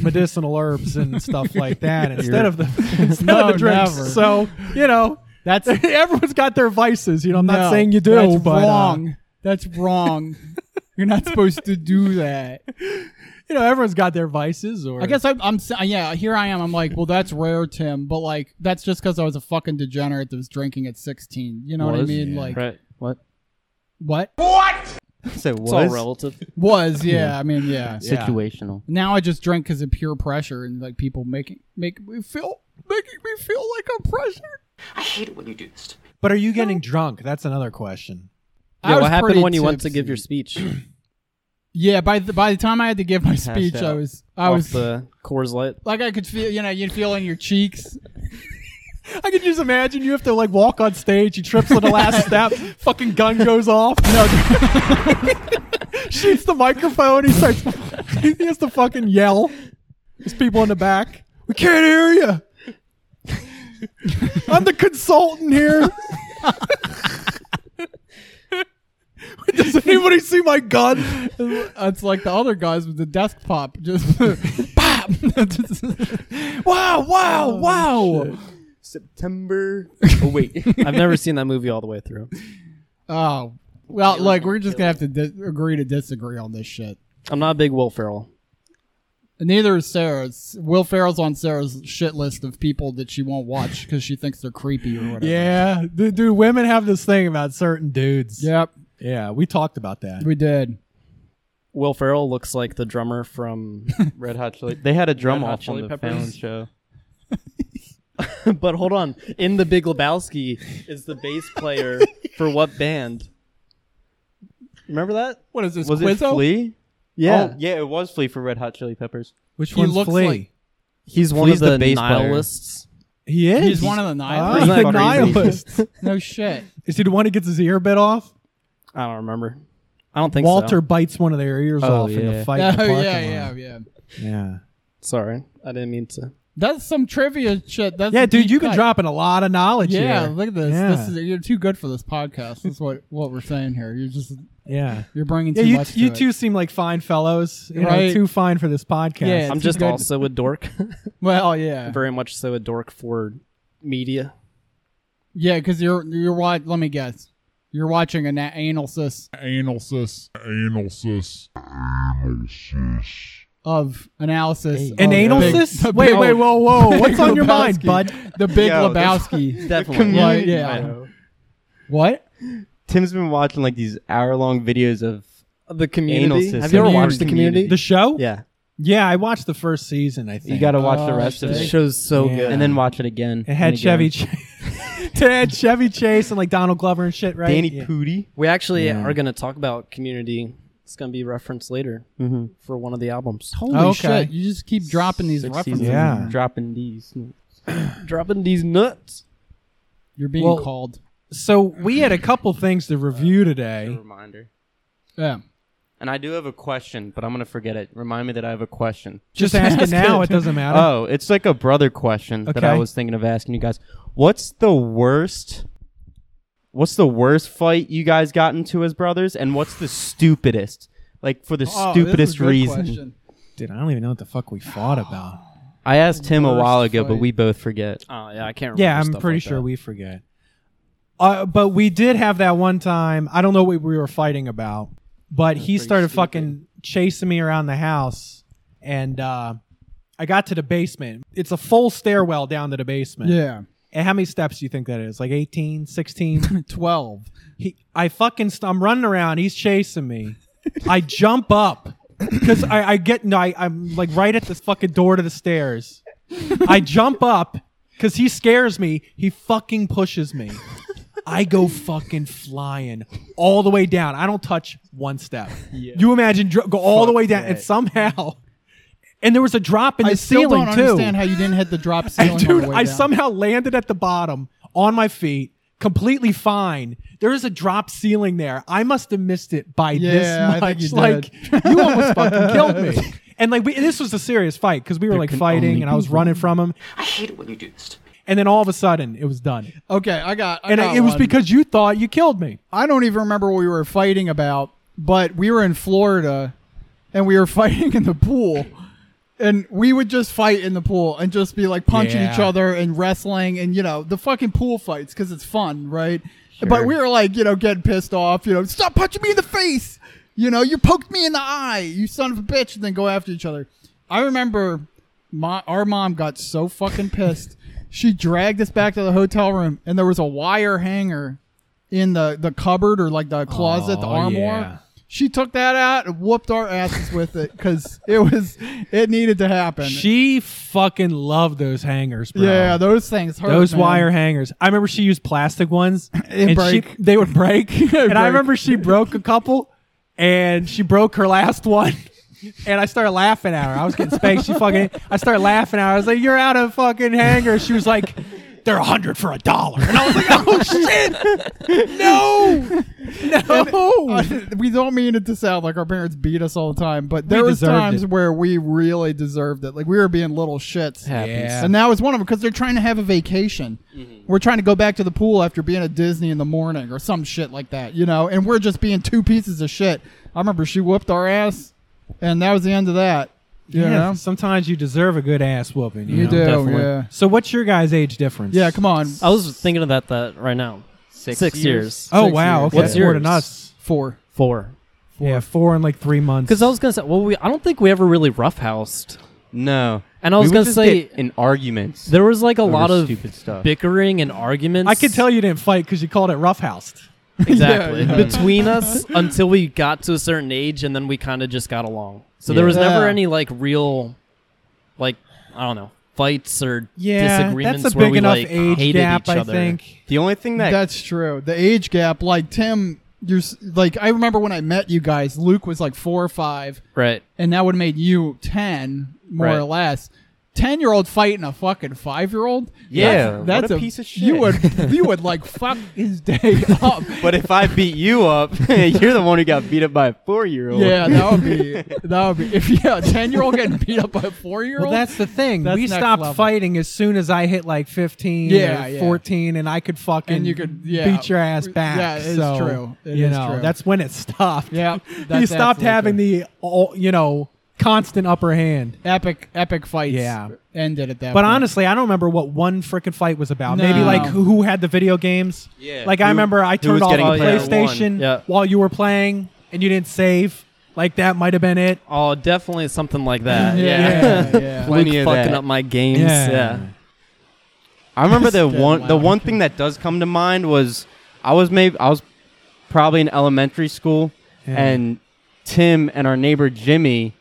S3: medicinal herbs and stuff like that instead of the instead of
S2: No,
S3: the drinks.
S2: never.
S3: So you know
S2: that's
S3: everyone's got their vices. You know, I'm
S2: no,
S3: not saying you do,
S2: That's
S3: but uh,
S2: wrong. That's wrong. You're not supposed to do that.
S3: You know, everyone's got their vices. Or
S2: I guess I'm, I'm s- yeah, here I am. I'm like, well, that's rare, Tim, but like, that's just because I was a fucking degenerate that was drinking at 16. You know what I
S4: Was?
S2: mean?
S4: Yeah.
S2: Like,
S4: Right. What?
S2: what? What?
S4: So
S2: It's all
S4: was?
S2: relative. Was yeah, I mean yeah, Yeah.
S4: Situational.
S2: Now I just drink because of pure pressure and like people making make me feel making me feel like I'm pressured.
S13: I hate it when you do this.
S3: But are you getting drunk? That's another question.
S2: I
S6: Yeah,
S2: was
S6: what happened
S2: pretty
S6: when you went to
S2: tipsy.
S6: give your speech?
S2: Yeah, by the by the time I had to give my
S6: Passed
S2: speech, I
S6: out.
S2: was I
S6: Off
S2: was
S6: the Coors Light.
S2: like I could feel you know you'd feel in your cheeks.
S3: I can just imagine you have to like walk on stage. He trips on the last step. Fucking gun goes off. shoots the microphone. He starts. He has to fucking yell. There's people in the back. We can't hear you. I'm the consultant here. Does anybody see my gun?
S2: It's like the other guys with the desk pop, just pop.
S3: wow! Wow! wow!
S4: September. Oh wait.
S6: I've never seen that movie all the way through.
S2: Oh well, look, we're just gonna have to dis- agree to disagree on this shit.
S6: I'm not a big Will Ferrell.
S2: Neither is Sarah's. Will Ferrell's on Sarah's shit list of people that she won't watch because she thinks they're creepy or whatever.
S3: Yeah, dude, dude, women have this thing about certain dudes.
S2: Yep.
S3: Yeah, we talked about that.
S2: We did.
S6: Will Ferrell looks like the drummer from Red Hot Chili.
S4: They had a drum
S6: Red Hot
S4: off on
S6: Chili
S4: the
S6: Peppers.
S4: Fallon show.
S6: but hold on, in the Big Lebowski is the bass player for what band? Remember that?
S2: What is this?
S4: Was it
S2: Quizzo?
S4: Flea?
S6: Yeah.
S4: Oh, yeah, it was Flea for Red Hot Chili Peppers.
S3: Which
S2: He
S3: one's
S2: looks
S3: Flea?
S2: like-
S6: He's one
S4: Flea's
S6: of
S4: the
S6: the,
S4: bass player.
S6: nihilists.
S3: he is.
S2: He's one of the nihilists.
S3: Ah, the
S4: Isn't that crazy?
S3: nihilist.
S2: No shit.
S3: is he the one who gets his ear bit off?
S6: I don't remember. I don't think
S3: Walter
S6: so.
S3: bites one of their ears
S6: Oh,
S3: off in the
S6: yeah.
S3: fight.
S2: Oh
S3: in the
S2: yeah,
S3: parking
S2: yeah,
S3: lot.
S2: yeah.
S3: yeah.
S6: Sorry, I didn't mean to.
S2: That's some trivia shit. That's
S3: Yeah,
S2: a
S3: dude,
S2: deep
S3: you can
S2: cut.
S3: drop in a lot of knowledge
S2: Yeah,
S3: here.
S2: look at this.
S3: Yeah.
S2: This is you're too good for this podcast. That's what what we're saying here. You're just
S3: yeah.
S2: you're bringing
S3: Yeah,
S2: too
S3: you,
S2: much.
S3: you
S2: to
S3: two seem like fine fellows. You know,
S2: Right.
S3: too fine for this podcast.
S2: Yeah.
S6: I'm
S2: It's
S6: just
S2: good.
S6: also a dork.
S2: It. Well, yeah,
S6: Very much so a dork for media.
S2: yeah, because you're you're what? Let me guess. You're watching an a- anal sis
S8: Anal sis. Anal sis. Anal sis.
S2: of analysis.
S3: An
S6: Oh,
S2: of
S3: anal
S2: Big-
S3: sis?
S2: the
S3: Wait,
S2: Big-
S3: wait, whoa, whoa.
S2: Big
S3: What's on your mind,
S2: Lebowski.
S3: bud?
S2: The Big
S4: Yo, this-
S2: Lebowski.
S4: Definitely.
S2: Like, yeah. What?
S4: Tim's been watching like these hour long videos of
S6: The
S4: Anal
S6: community.
S4: system.
S6: Have you ever
S4: Community.
S6: watched the community?
S3: The show?
S4: yeah.
S3: Yeah, I watched the first season, I think.
S4: You got to watch the
S2: Oh,
S4: rest of
S2: shit.
S4: it.
S6: The show's so
S3: Yeah.
S6: good.
S4: and then watch it again.
S3: It had
S4: and again.
S3: Chevy Chase. it had Chevy Chase and like Donald Glover and shit, right?
S4: Danny
S3: Yeah.
S4: Pudi.
S6: We actually
S4: Yeah.
S6: are going to talk about Community. It's going to be referenced later
S4: Mhm.
S6: for one of the albums.
S2: Holy
S3: Okay.
S2: shit! You just keep dropping these
S4: Six
S2: references.
S4: seasons.
S3: Yeah.
S4: Dropping these.
S6: Dropping these nuts.
S2: You're being
S3: Well-
S2: called.
S3: So we had a couple things to review today.
S4: Reminder.
S2: Yeah.
S4: And I do have a question, but I'm gonna forget it. Remind me that I have a question.
S3: Just,
S2: Just
S3: ask, it
S2: ask
S3: now. It,
S2: it.
S3: doesn't matter.
S6: Uh,
S4: Oh, it's like a brother question that I
S3: Okay.
S4: was thinking of asking you guys. What's the worst? What's the worst fight you guys got into as brothers, and what's the stupidest? Like for the
S2: Oh, this is a
S4: stupidest
S2: good
S4: reason.
S2: question.
S3: Dude, I don't even know what the fuck we fought about.
S4: I asked him a while ago, but
S2: fight.
S4: we both forget.
S6: Oh, yeah. I can't remember.
S3: yeah, I'm
S6: stuff
S3: pretty
S6: like
S3: sure
S6: that.
S3: we forget. Uh, but we did have that one time. I don't know what we were fighting about, but he started fucking chasing me around the house, and uh, I got to the basement. It's a full stairwell down to the basement.
S2: Yeah.
S3: And how many steps do you think that is? Like 18, 16?
S2: Twelve.
S3: He, I fucking, st- I'm running around. He's chasing me. I jump up because I, I get, no, I, I'm like right at this fucking door to the stairs. I jump up because he scares me. He fucking pushes me. I go fucking flying all the way down. I don't touch one step. You imagine dr- go all the way down and somehow, and there was a drop in
S2: I
S3: the
S2: still
S3: ceiling
S2: don't
S3: too.
S2: understand how you didn't hit the drop ceiling.
S3: And
S2: on
S3: dude,
S2: the way
S3: I
S2: down.
S3: somehow landed at the bottom on my feet, completely fine. There is a drop ceiling there. I must have missed it by
S2: Yeah, I
S3: this much.
S2: think you
S3: like you almost fucking killed me. And like we, and this was a serious fight because we were like
S4: can
S3: fighting,
S4: only
S3: and I was running from him.
S13: I hate it when you do this.
S3: And then all of a sudden, it was done.
S2: Okay, I got. I
S3: and
S2: got
S3: it was
S2: one.
S3: because you thought you killed me.
S2: I don't even remember what we were fighting about, but we were in Florida, and we were fighting in the pool, and we would just fight in the pool and just be like punching
S3: Yeah.
S2: each other and wrestling and you know the fucking pool fights because it's fun, right? But we were like you know getting pissed off, you know, stop punching me in the face. You know, you poked me in the eye, you son of a bitch, and then go after each other. I remember my our mom got so fucking pissed. she dragged us back to the hotel room, and there was a wire hanger in the the cupboard or like the closet, the
S3: Oh,
S2: armoire.
S3: yeah.
S2: She took that out and whooped our asses with it because it was it needed to happen.
S3: She fucking loved those hangers, bro.
S2: yeah, those things hurt.
S3: those
S2: man.
S3: wire hangers. I remember she used plastic ones, and
S2: break.
S3: She, Oh, they would break. and I
S2: break.
S3: remember she broke a couple, and she broke her last one. And I started laughing at her. I was getting spanked. She fucking. I started laughing at her. I was like, "You're out of fucking hanger." She was like, "They're a hundred for a dollar." And I was like, "Oh shit, no, no."
S2: I- we don't mean it to sound like our parents beat us all the time, but there
S3: We
S2: was
S3: deserved
S2: times
S3: it.
S2: where we really deserved it. Like we were being little shits,
S3: Happens.
S2: and that was one of them because they're trying to have a vacation. We're trying to go back to the pool after being at Disney in the morning or some shit like that, you know. And we're just being two pieces of shit. I remember she whooped our ass, and that was the end of that. You
S3: Yeah,
S2: know?
S3: sometimes you deserve a good ass whooping. You,
S2: You
S3: know?
S2: do, Definitely. yeah.
S3: So, what's your guys' age difference?
S2: Yeah, come on.
S5: I was thinking about that right now. Six, years.
S3: Oh wow, okay.
S5: What's
S3: more
S5: yours?
S3: than us.
S2: Four.
S5: Four.
S3: Yeah, four in like three months.
S5: Because I was gonna say, well, we I don't think we ever really roughhoused.
S4: No.
S5: And I was
S4: We would
S5: gonna
S4: just
S5: say
S4: get in arguments.
S5: There was like a
S4: over
S5: lot of
S4: stupid stuff.
S5: bickering and arguments.
S3: I could tell you didn't fight because you called it roughhoused.
S5: exactly
S3: Yeah, yeah.
S5: between us until we got to a certain age, and then we kind of just got along. So there was
S3: Yeah.
S5: never
S3: Yeah.
S5: any like real, like I don't know, fights or
S3: Yeah,
S5: disagreements
S3: that's a
S5: where
S3: big
S5: we
S3: enough
S5: like
S3: age
S5: hated
S3: gap,
S5: each
S3: I
S5: other.
S3: think.
S4: The only thing that
S2: That's true. The age gap, like Tim, you're s- like I remember when I met you guys. Luke was like four or five,
S5: Right.
S2: and that would have made you ten more
S5: Right.
S2: or less. Ten year old fighting a fucking five year old.
S4: Yeah, what
S2: that's
S4: a piece of shit.
S2: You would you would like fuck his day up.
S4: but if I beat you up, you're the one who got beat up by a four year old.
S2: Yeah, that would be that would be if yeah, a ten year old getting beat up by a four year old.
S3: Well, that's the thing.
S2: That's
S3: we
S2: next
S3: stopped
S2: level.
S3: fighting as soon as I hit like 15
S2: Yeah,
S3: or
S2: yeah.
S3: 14, and I could fucking
S2: And you could- yeah.
S3: beat your ass back.
S2: Yeah, it is
S3: so,
S2: true. It
S3: you
S2: is
S3: know,
S2: true.
S3: that's when it stopped.
S2: Yeah,
S3: you
S2: that's
S3: stopped
S2: absolutely
S3: having the, all, you know, constant upper hand.
S2: epic epic fights.
S3: Yeah.
S2: ended at that.
S3: But
S2: point.
S3: honestly, I don't remember what one freaking fight was about. Maybe
S2: No.
S3: like who, who had the video games.
S5: Yeah.
S3: Like I
S5: Who-
S3: remember I
S5: who
S3: turned
S5: was
S3: off the
S5: getting played at one.
S3: PlayStation
S5: Yeah.
S3: while you were playing and you didn't save. Like that might have been it.
S5: Oh, definitely something like that.
S3: Yeah,
S5: yeah.
S2: yeah.
S4: Plenty
S5: Luke
S4: of
S5: fucking
S4: that.
S5: up my games.
S4: Yeah.
S5: Yeah.
S4: I remember the
S5: Still
S4: one the
S5: loud.
S4: one thing that does come to mind was I was maybe I was probably in elementary school
S3: Yeah.
S4: and Tim and our neighbor Jimmy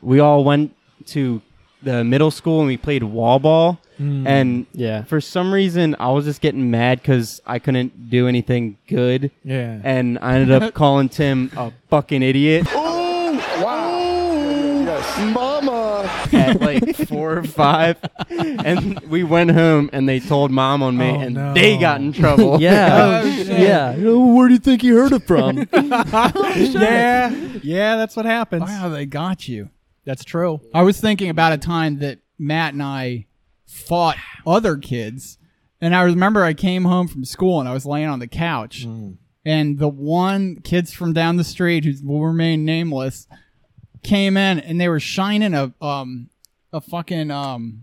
S4: we all went to the middle school and we played wall ball
S3: Hmm.
S5: Mm.
S4: and
S5: Yeah.
S4: for some reason I was just getting mad cuz I couldn't do anything good
S3: Yeah.
S4: and I ended up calling Tim a fucking idiot
S7: Yes. Mama.
S4: at like 4 or 5 and we went home and they told mom on me
S3: Oh,
S4: and
S3: no.
S4: they got in trouble
S5: Yeah.
S3: Oh,
S5: yeah. Where do you think you heard it from?
S3: yeah, yeah, that's what happens.
S2: wow, they got you.
S3: That's true.
S2: I was thinking about a time that Matt and I fought other kids. And I remember I came home from school and I was laying on the couch.
S3: Hmm.
S2: And the one kids from down the street who will remain nameless came in and they were shining a um a fucking um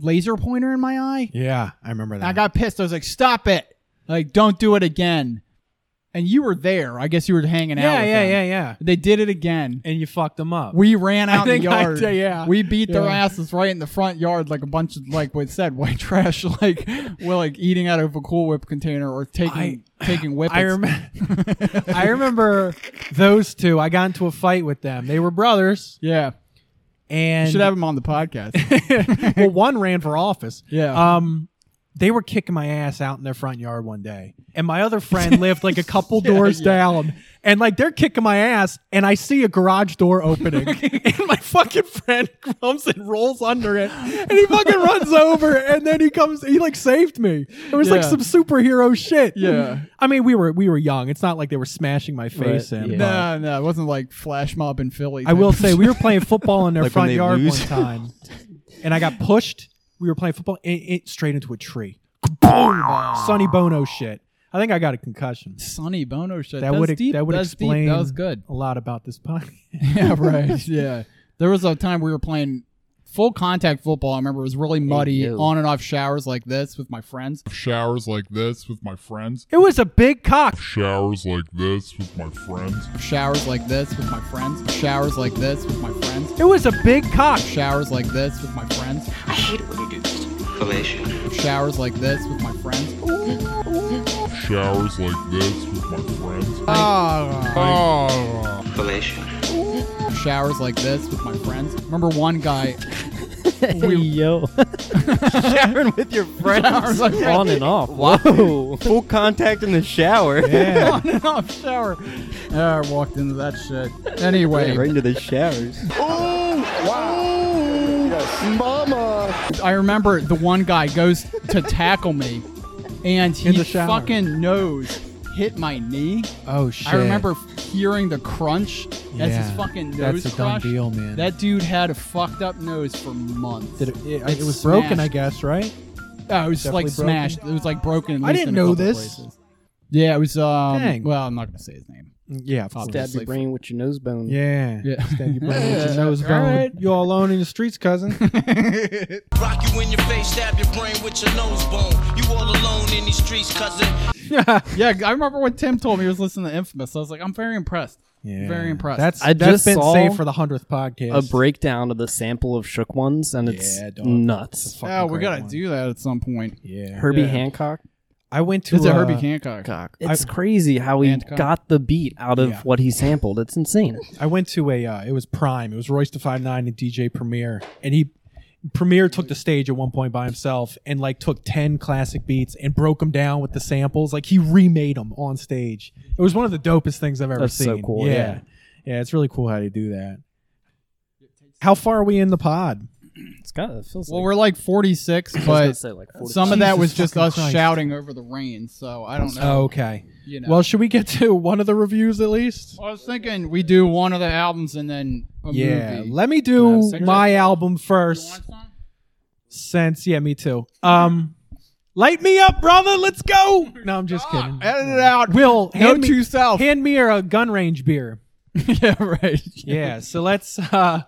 S2: laser pointer in my eye.
S3: Yeah, I remember
S2: And I got pissed. I was like, "Stop it! Like, don't do it again." And you were there. I guess you were hanging out.
S3: yeah,
S2: with
S3: yeah,
S2: them.
S3: yeah, yeah.
S2: They did it again.
S3: And you fucked them up.
S2: We ran
S3: I
S2: out in
S3: think
S2: the
S3: I
S2: yard.
S3: did, yeah.
S2: We beat their
S3: Yeah.
S2: asses right in the front yard, like a bunch of like we said, white trash, like well, like eating out of a Cool Whip container or taking taking whippets.
S3: I remember. I remember those two. I got into a fight with them. They were brothers,
S2: yeah,
S3: and
S2: you should have him on the podcast.
S3: well, one ran for office.
S2: Yeah.
S3: Um, they were kicking my ass out in their front yard one day, and my other friend lived like a couple doors down, and like they're kicking my ass, and I see a garage door opening, and my fucking friend comes and rolls under it, and he fucking runs over, and then he comes, he like saved me. It was like
S2: Yeah.
S3: some superhero shit.
S2: Yeah.
S3: I mean, we were we were young. It's not like they were smashing my face in. but-
S2: no, no, it wasn't like flash mob in Philly.
S3: I
S2: type
S3: will
S2: of
S3: say
S2: shit.
S3: we were playing football in their
S4: Like
S3: front
S4: when they
S3: yard
S4: lose.
S3: one time, and I got pushed. We were playing football and it straight into a tree. Boom! Sonny Bono shit. I think I got a concussion.
S2: Sonny Bono shit.
S3: That
S2: That's
S3: would
S2: deep.
S3: that would
S2: That's deep.
S3: explain
S2: That was good.
S3: a lot about this podcast.
S2: yeah, right. Yeah, there was a time we were playing full contact football. I remember it was really muddy,
S14: yo.
S2: on and off showers like this with my friends.
S14: Showers like this with my friends.
S3: It was a big cock.
S14: Showers like this with my friends.
S2: Showers like this with my friends. Showers like this with my friends.
S3: It was a big cock.
S2: Showers like this with my friends.
S15: I hate it when you do this. Fellatio.
S2: Showers like this with my friends.
S14: Showers like this with my friends.
S2: Ah.
S15: Fellatio.
S3: Oh.
S2: Showers like this with my friends. Remember one guy.
S6: Yo.
S4: Showering with your friends.
S6: On and off.
S4: Whoa. Full contact in the shower.
S2: Yeah. On and off shower. Yeah, I walked into that shit. Anyway.
S4: Yeah, right into the showers.
S9: Mama.
S2: I remember the one guy goes to tackle me, and
S3: In the
S2: his
S3: shower.
S2: fucking nose hit my knee.
S3: Oh shit!
S2: I remember hearing the crunch as his
S3: Yeah.
S2: fucking nose
S3: That's a done
S2: crushed.
S3: deal, man.
S2: That dude had a fucked up nose for months.
S3: Did it, it, it was broken, I guess, right?
S2: Oh, it was
S3: Definitely
S2: like
S3: broken.
S2: smashed. It was like broken. at
S3: I
S2: least
S3: didn't
S2: in a
S3: know
S2: couple
S3: this.
S2: places. Yeah, it was. Um,
S3: Dang.
S2: Well, I'm not gonna say his name.
S3: Yeah, of
S6: Stab
S2: Obviously.
S6: your brain with your nose bone.
S3: Yeah.
S2: Yeah.
S3: Stab your brain with your nose bone. All right, you all alone in the streets, cousin.
S16: Rock you in your face, stab your brain with your nose bone. You all alone in these streets, cousin.
S2: yeah, I remember when Tim told me he was listening to Infamous. I was like, I'm very impressed.
S3: Yeah.
S2: Very impressed.
S3: That's
S6: I
S3: that's
S6: just
S3: been
S6: saw
S3: saved for the hundredth podcast.
S6: A breakdown of the sample of Shook Ones, and it's
S3: Yeah, dog.
S6: nuts.
S2: Yeah, Oh, we gotta do that at some point.
S3: Yeah.
S6: Herbie
S2: Yeah.
S6: Hancock.
S3: I went to
S2: It's a
S3: uh,
S2: Herbie Hancock.
S6: It's crazy how he
S3: Hancock.
S6: got the beat out of
S3: Yeah.
S6: what he sampled. It's insane.
S3: I went to a uh, it was Prime. It was Royce to Five Nine and DJ Premier, and he Premier took the stage at one point by himself and like took ten classic beats and broke them down with the samples. Like he remade them on stage. It was one of the dopest things I've ever
S6: That's so
S3: seen.
S6: cool,
S3: Yeah. yeah,
S6: yeah.
S3: it's really cool how they do that. How far are we in the pod?
S6: It's got. It feels
S2: Well,
S6: like
S2: we're like 46,
S6: I was gonna
S2: but
S6: say, like, 46.
S2: some of that
S3: Jesus
S2: was just
S3: fucking
S2: us
S3: Christ.
S2: shouting over the rain. So I don't know.
S3: Oh, okay.
S2: You know.
S3: Well, should we get to one of the reviews at least?
S2: I was thinking we do one of the albums and then a
S3: yeah,
S2: movie.
S3: let me
S2: You know,
S3: do
S2: sing
S3: my
S2: it.
S3: album first. Since yeah, me too. Um, light me up, brother. Let's go. No, I'm
S2: Ah,
S3: just kidding.
S2: Edit it out.
S3: Will
S2: No
S3: hand me
S2: to self.
S3: hand me a gun range beer.
S2: yeah, right.
S3: Yeah. So let's uh,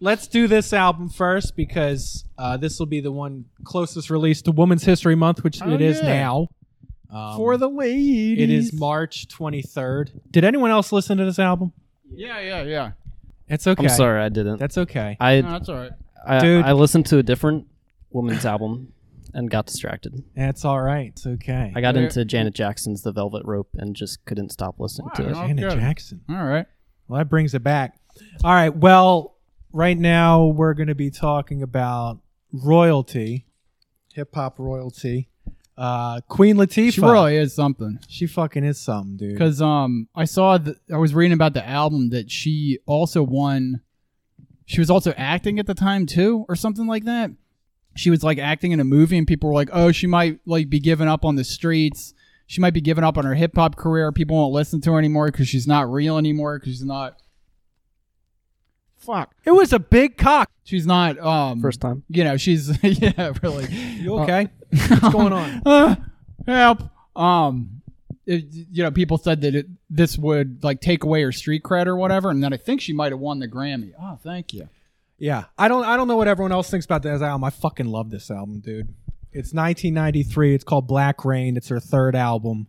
S3: let's do this album first because uh, this will be the one closest release to Women's History Month, which
S2: Oh,
S3: it is
S2: yeah.
S3: now. Um,
S2: For the ladies.
S3: it is March 23rd. Did anyone else listen to this album?
S2: Yeah, yeah, yeah.
S3: It's okay.
S6: I'm sorry, I didn't.
S3: That's okay.
S6: I,
S2: No, that's all right.
S6: I,
S3: Dude.
S6: I listened to a different woman's album and got distracted.
S3: That's all right. It's okay.
S6: I got
S2: Yeah.
S6: into Janet Jackson's The Velvet Rope and just couldn't stop listening to it.
S2: Wow.
S3: Oh, Janet
S2: Okay.
S3: Jackson.
S2: All right.
S3: Well, that brings it back. All right. Well, right now we're going to be talking about royalty, hip hop royalty. Uh, Queen Latifah.
S2: She really is something.
S3: She fucking is something, dude.
S2: Because um, I saw that I was reading about the album that she also won. She was also acting at the time too, or something like that. She was like acting in a movie, and people were like, "Oh, she might like be giving up on the streets. She might be giving up on her hip hop career. People won't listen to her anymore because she's not real anymore. Because she's not. Fuck.
S3: it was a big cock.
S2: She's not. Um.
S6: First time.
S2: You know, she's yeah, really.
S3: You
S2: Uh,
S3: okay? What's going on?
S2: uh, help. Um, it, you know, people said that it, this would like take away her street cred or whatever, and then I think she might have won the Grammy. Oh, thank you.
S3: Yeah, I don't. I don't know what everyone else thinks about this album. I fucking love this album, dude. It's 1993. It's called Black Rain. It's her third album.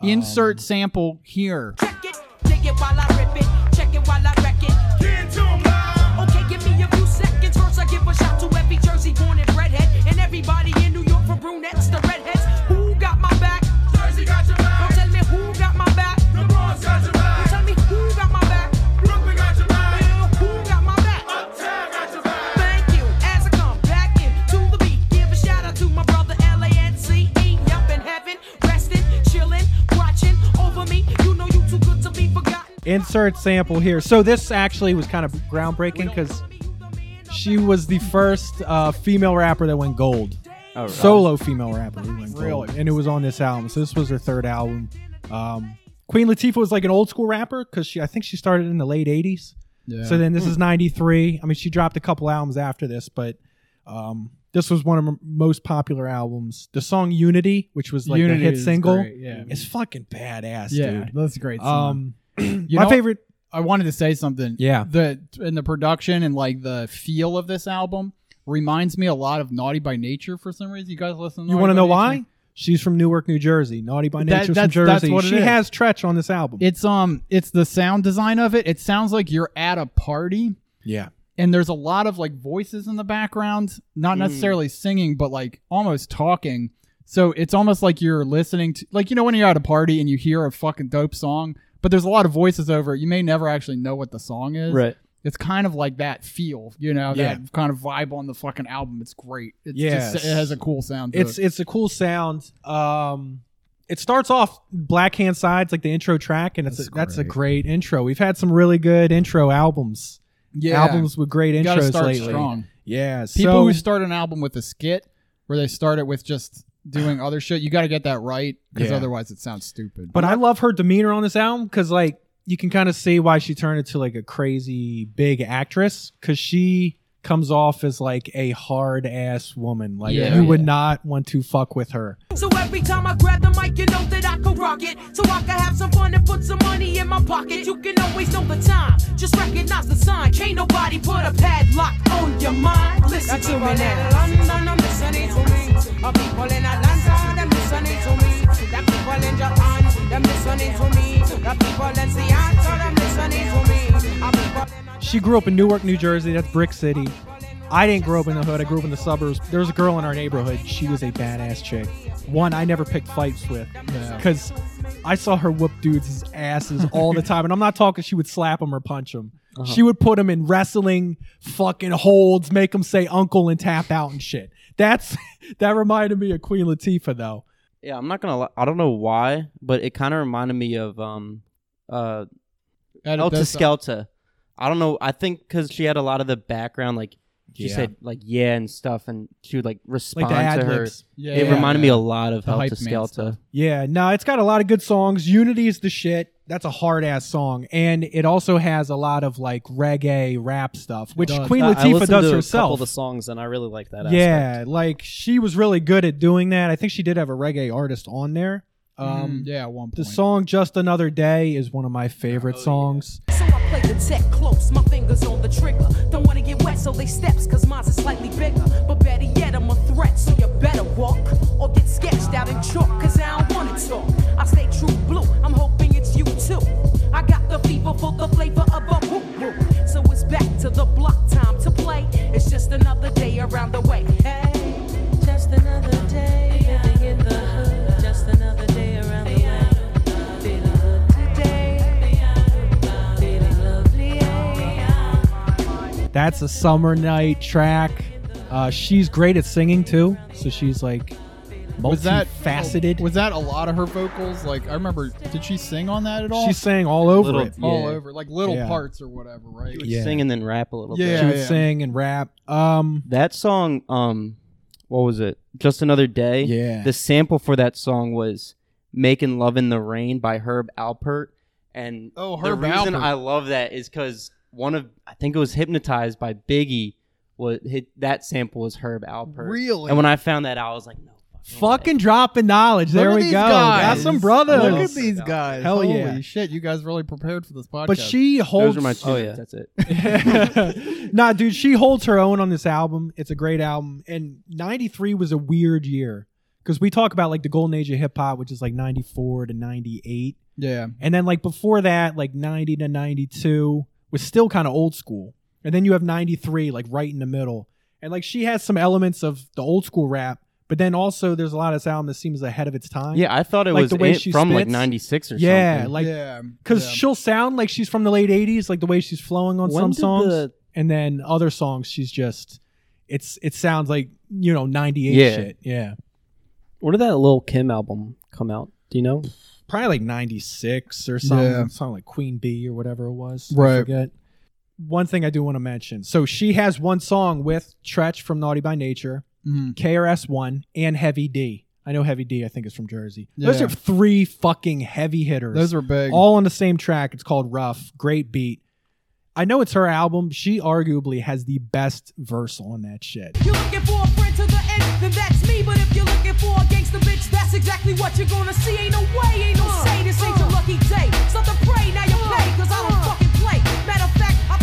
S2: Insert sample here.
S11: check it, dig it while I rip it, check it while I wreck it. Okay, give me a few seconds. First, I give a shout to every Jersey born and redhead, and everybody in New York from brunettes to redheads. Who got my back? Jersey got your back. Don't tell me who got my back. The Bronx got your back. Don't tell me who got my back. Brooklyn got your back. Who got my back? Uptown got your back. Thank you. As I come back in to the beat, give a shout out to my brother L.A.N.C.E. Up E, in heaven, resting, chilling, watching over me. You know you too good to be forgotten.
S3: insert sample here. So this actually was kind of groundbreaking because she was the first uh, female rapper that went gold,
S4: Oh,
S3: solo female rapper who went gold,
S2: Really?
S3: and it was on this album. So this was her third album. Um, Queen Latifah was like an old school rapper because she, I think she started in the late '80s.
S2: Yeah.
S3: So then this is '93. I mean, she dropped a couple albums after this, but um, this was one of her most popular albums. The song "Unity," which was like
S2: Unity
S3: the hit
S2: is
S3: single,
S2: great, yeah.
S3: is fucking badass,
S2: yeah,
S3: dude.
S2: that's a great. Song.
S3: Um, my
S2: know-
S3: favorite.
S2: I wanted to say something.
S3: Yeah.
S2: The and the production and like the feel of this album reminds me a lot of Naughty by Nature for some reason. You guys listen. To
S3: You
S2: want to
S3: know why? She's from Newark, New Jersey. Naughty by
S2: That-
S3: Nature from
S2: that's-
S3: Jersey.
S2: that's what it
S3: she
S2: is.
S3: has Tretch on this album.
S2: It's um, it's the sound design of it. It sounds like you're at a party.
S3: Yeah.
S2: And there's a lot of like voices in the background, not
S3: Mm.
S2: necessarily singing, but like almost talking. So it's almost like you're listening to, like you know, when you're at a party and you hear a fucking dope song, but there's a lot of voices over it. You may never actually know what the song is.
S3: Right.
S2: It's kind of like that feel, you know,
S3: Yeah.
S2: that kind of vibe on the fucking album. It's great. It's
S3: Yes.
S2: just, it has a cool sound. To
S3: It's
S2: it.
S3: it's a cool sound. Um, it starts off Black Hand Side's like the intro track, and it's a, that's a great intro. We've had some really good intro albums.
S2: Yeah.
S3: albums with great
S2: You gotta
S3: intros
S2: start
S3: lately.
S2: strong.
S3: Yeah,
S2: People
S3: so
S2: who start an album with a skit where they start it with just doing other shit, you got to get that right because
S3: Yeah.
S2: otherwise it sounds stupid.
S3: But I love her demeanor on this album because like you can kind of see why she turned into like a crazy big actress because she comes off as like a hard ass woman. Like
S1: Yeah.
S3: you would not want to fuck with her.
S11: So every time I grab the mic, you know that I can rock it. So I can have some fun and put some money in my pocket. You can always know the time, just recognize the sign. Can't nobody put a padlock on your mind. Listen to me now. London, I'm listening to me. Our people in Atlanta, them listening to me. The people in Japan, them listening to me. The people in Seattle, them listening to me. Our people
S3: She grew up in Newark, New Jersey. That's Brick City. I didn't grow up in the hood. I grew up in the suburbs. There was a girl in our neighborhood. She was a badass chick. One I never picked fights with
S2: Yeah.
S3: because I saw her whoop dudes' asses all the time. And I'm not talking she would slap them or punch them.
S2: Uh-huh.
S3: She would put them in wrestling fucking holds, make them say uncle and tap out and shit. That's that reminded me of Queen Latifah though.
S4: Yeah, I'm not gonna. Li- I don't know why, but it kind of reminded me of um, uh,
S2: Out of
S4: Elta
S2: Dessa.
S4: Skelta. I don't know. I think because she had a lot of the background, like she
S2: Yeah.
S4: said, like yeah and stuff, and she would like respond to her.
S3: ad-libs. Yeah,
S4: it
S3: yeah,
S4: reminded me
S3: yeah.
S4: a lot of
S3: The hype
S4: Helter
S3: man
S4: Skelta.
S3: Yeah, no, it's got a lot of good songs. Unity is the shit. That's a hard ass song, and it also has a lot of like reggae rap stuff, which
S6: does.
S3: Queen
S6: I- I
S3: Latifah
S6: listened
S3: does
S6: to A couple
S3: herself.
S6: of the songs, and I really like that.
S3: yeah, like she was really good at doing that. I think she did have a reggae artist on there. Um,
S2: Mm, yeah, at one
S3: The song "Just Another Day" is one of my
S6: Oh,
S3: favorite songs.
S11: So I play the tech close, my fingers on the trigger. Don't wanna get wet, so they steps, cause mine's are slightly bigger. But better yet, I'm a threat, so you better walk. Or get sketched out in chalk, cause I don't wanna talk. I stay true blue, I'm hoping it's you too. I got the fever for the flavor of a woo woo. So it's back to the block, time to play. It's just another day around the way. Hey, just another day, living in the hood. Just another day around the way. Feeling good today. Feeling lovely, eh?
S3: That's a summer night track. Uh, she's great at singing too, so she's like
S2: was that
S3: multifaceted.
S2: Was that a lot of her vocals? Like I remember, did she sing on that at all?
S3: She sang all over
S2: Little-
S3: it.
S2: all
S3: Yeah.
S2: over like little
S3: Yeah.
S2: parts or whatever, right?
S4: She would sing and then rap a little bit.
S2: Yeah,
S3: she would sing and rap. Um,
S4: that song, um, what was it? Just another day.
S3: Yeah.
S4: The sample for that song was "Making Love in the Rain" by Herb Alpert, and
S2: Oh,
S4: the
S2: Herb
S4: reason
S2: Alpert.
S4: I love that is because one of I think it was "Hypnotized" by Biggie. Was hit that sample was Herb Alpert.
S2: Really?
S3: Oh,
S4: And when I found that, out, I was like, no.
S3: Fucking dropping knowledge.
S2: Look
S3: there
S2: at
S3: we
S2: these
S3: go.
S2: Guys.
S3: Got some brothers.
S2: Look at these guys.
S3: Hell
S2: Holy
S3: yeah.
S2: shit, you guys really prepared for this podcast.
S3: But she holds.
S4: Oh yeah, that's it.
S3: nah, dude, she holds her own on this album. It's a great album. And 93 was a weird year because we talk about like the golden age of hip hop, which is like 94 to 98.
S2: Yeah.
S3: And then like before that, like 90 to 92 was still kind of old school. And then you have 93 like right in the middle. And like she has some elements of the old school rap, but then also there's a lot of this album that seems ahead of its time.
S4: Yeah, I thought it
S3: Like
S4: was
S3: the way
S4: it
S3: she
S4: from like
S3: spits.
S4: '96 or
S3: yeah,
S4: something.
S3: like
S2: Yeah,
S3: because
S2: yeah.
S3: she'll sound like she's from the late '80s, like the way she's flowing on
S4: When
S3: some
S4: did
S3: songs,
S4: the-
S3: and then other songs she's just it's it sounds like you know '98
S6: Yeah.
S3: shit. Yeah,
S6: When did that Lil Kim album come out? Do you know?
S3: probably like '96 or something,
S6: Yeah.
S3: something like Queen Bee or whatever it was. I
S2: Right.
S3: forget. One thing I do want to mention. So she has one song with Tretch from Naughty by Nature,
S2: Mhm.
S3: KRS One, and Heavy D. I know Heavy D. I think is from Jersey. Those
S2: Yeah.
S3: are three fucking heavy hitters.
S2: Those were big.
S3: All on the same track. It's called Rough. Great beat. I know it's her album. She arguably has the best verse on that shit.
S11: You're looking for a friend to the end, then that's me. But if you're looking for a gangster bitch, that's exactly what you're gonna see. Ain't no way, ain't no say, this ain't your lucky day. Something pray, now you pay, cause I don't fucking play.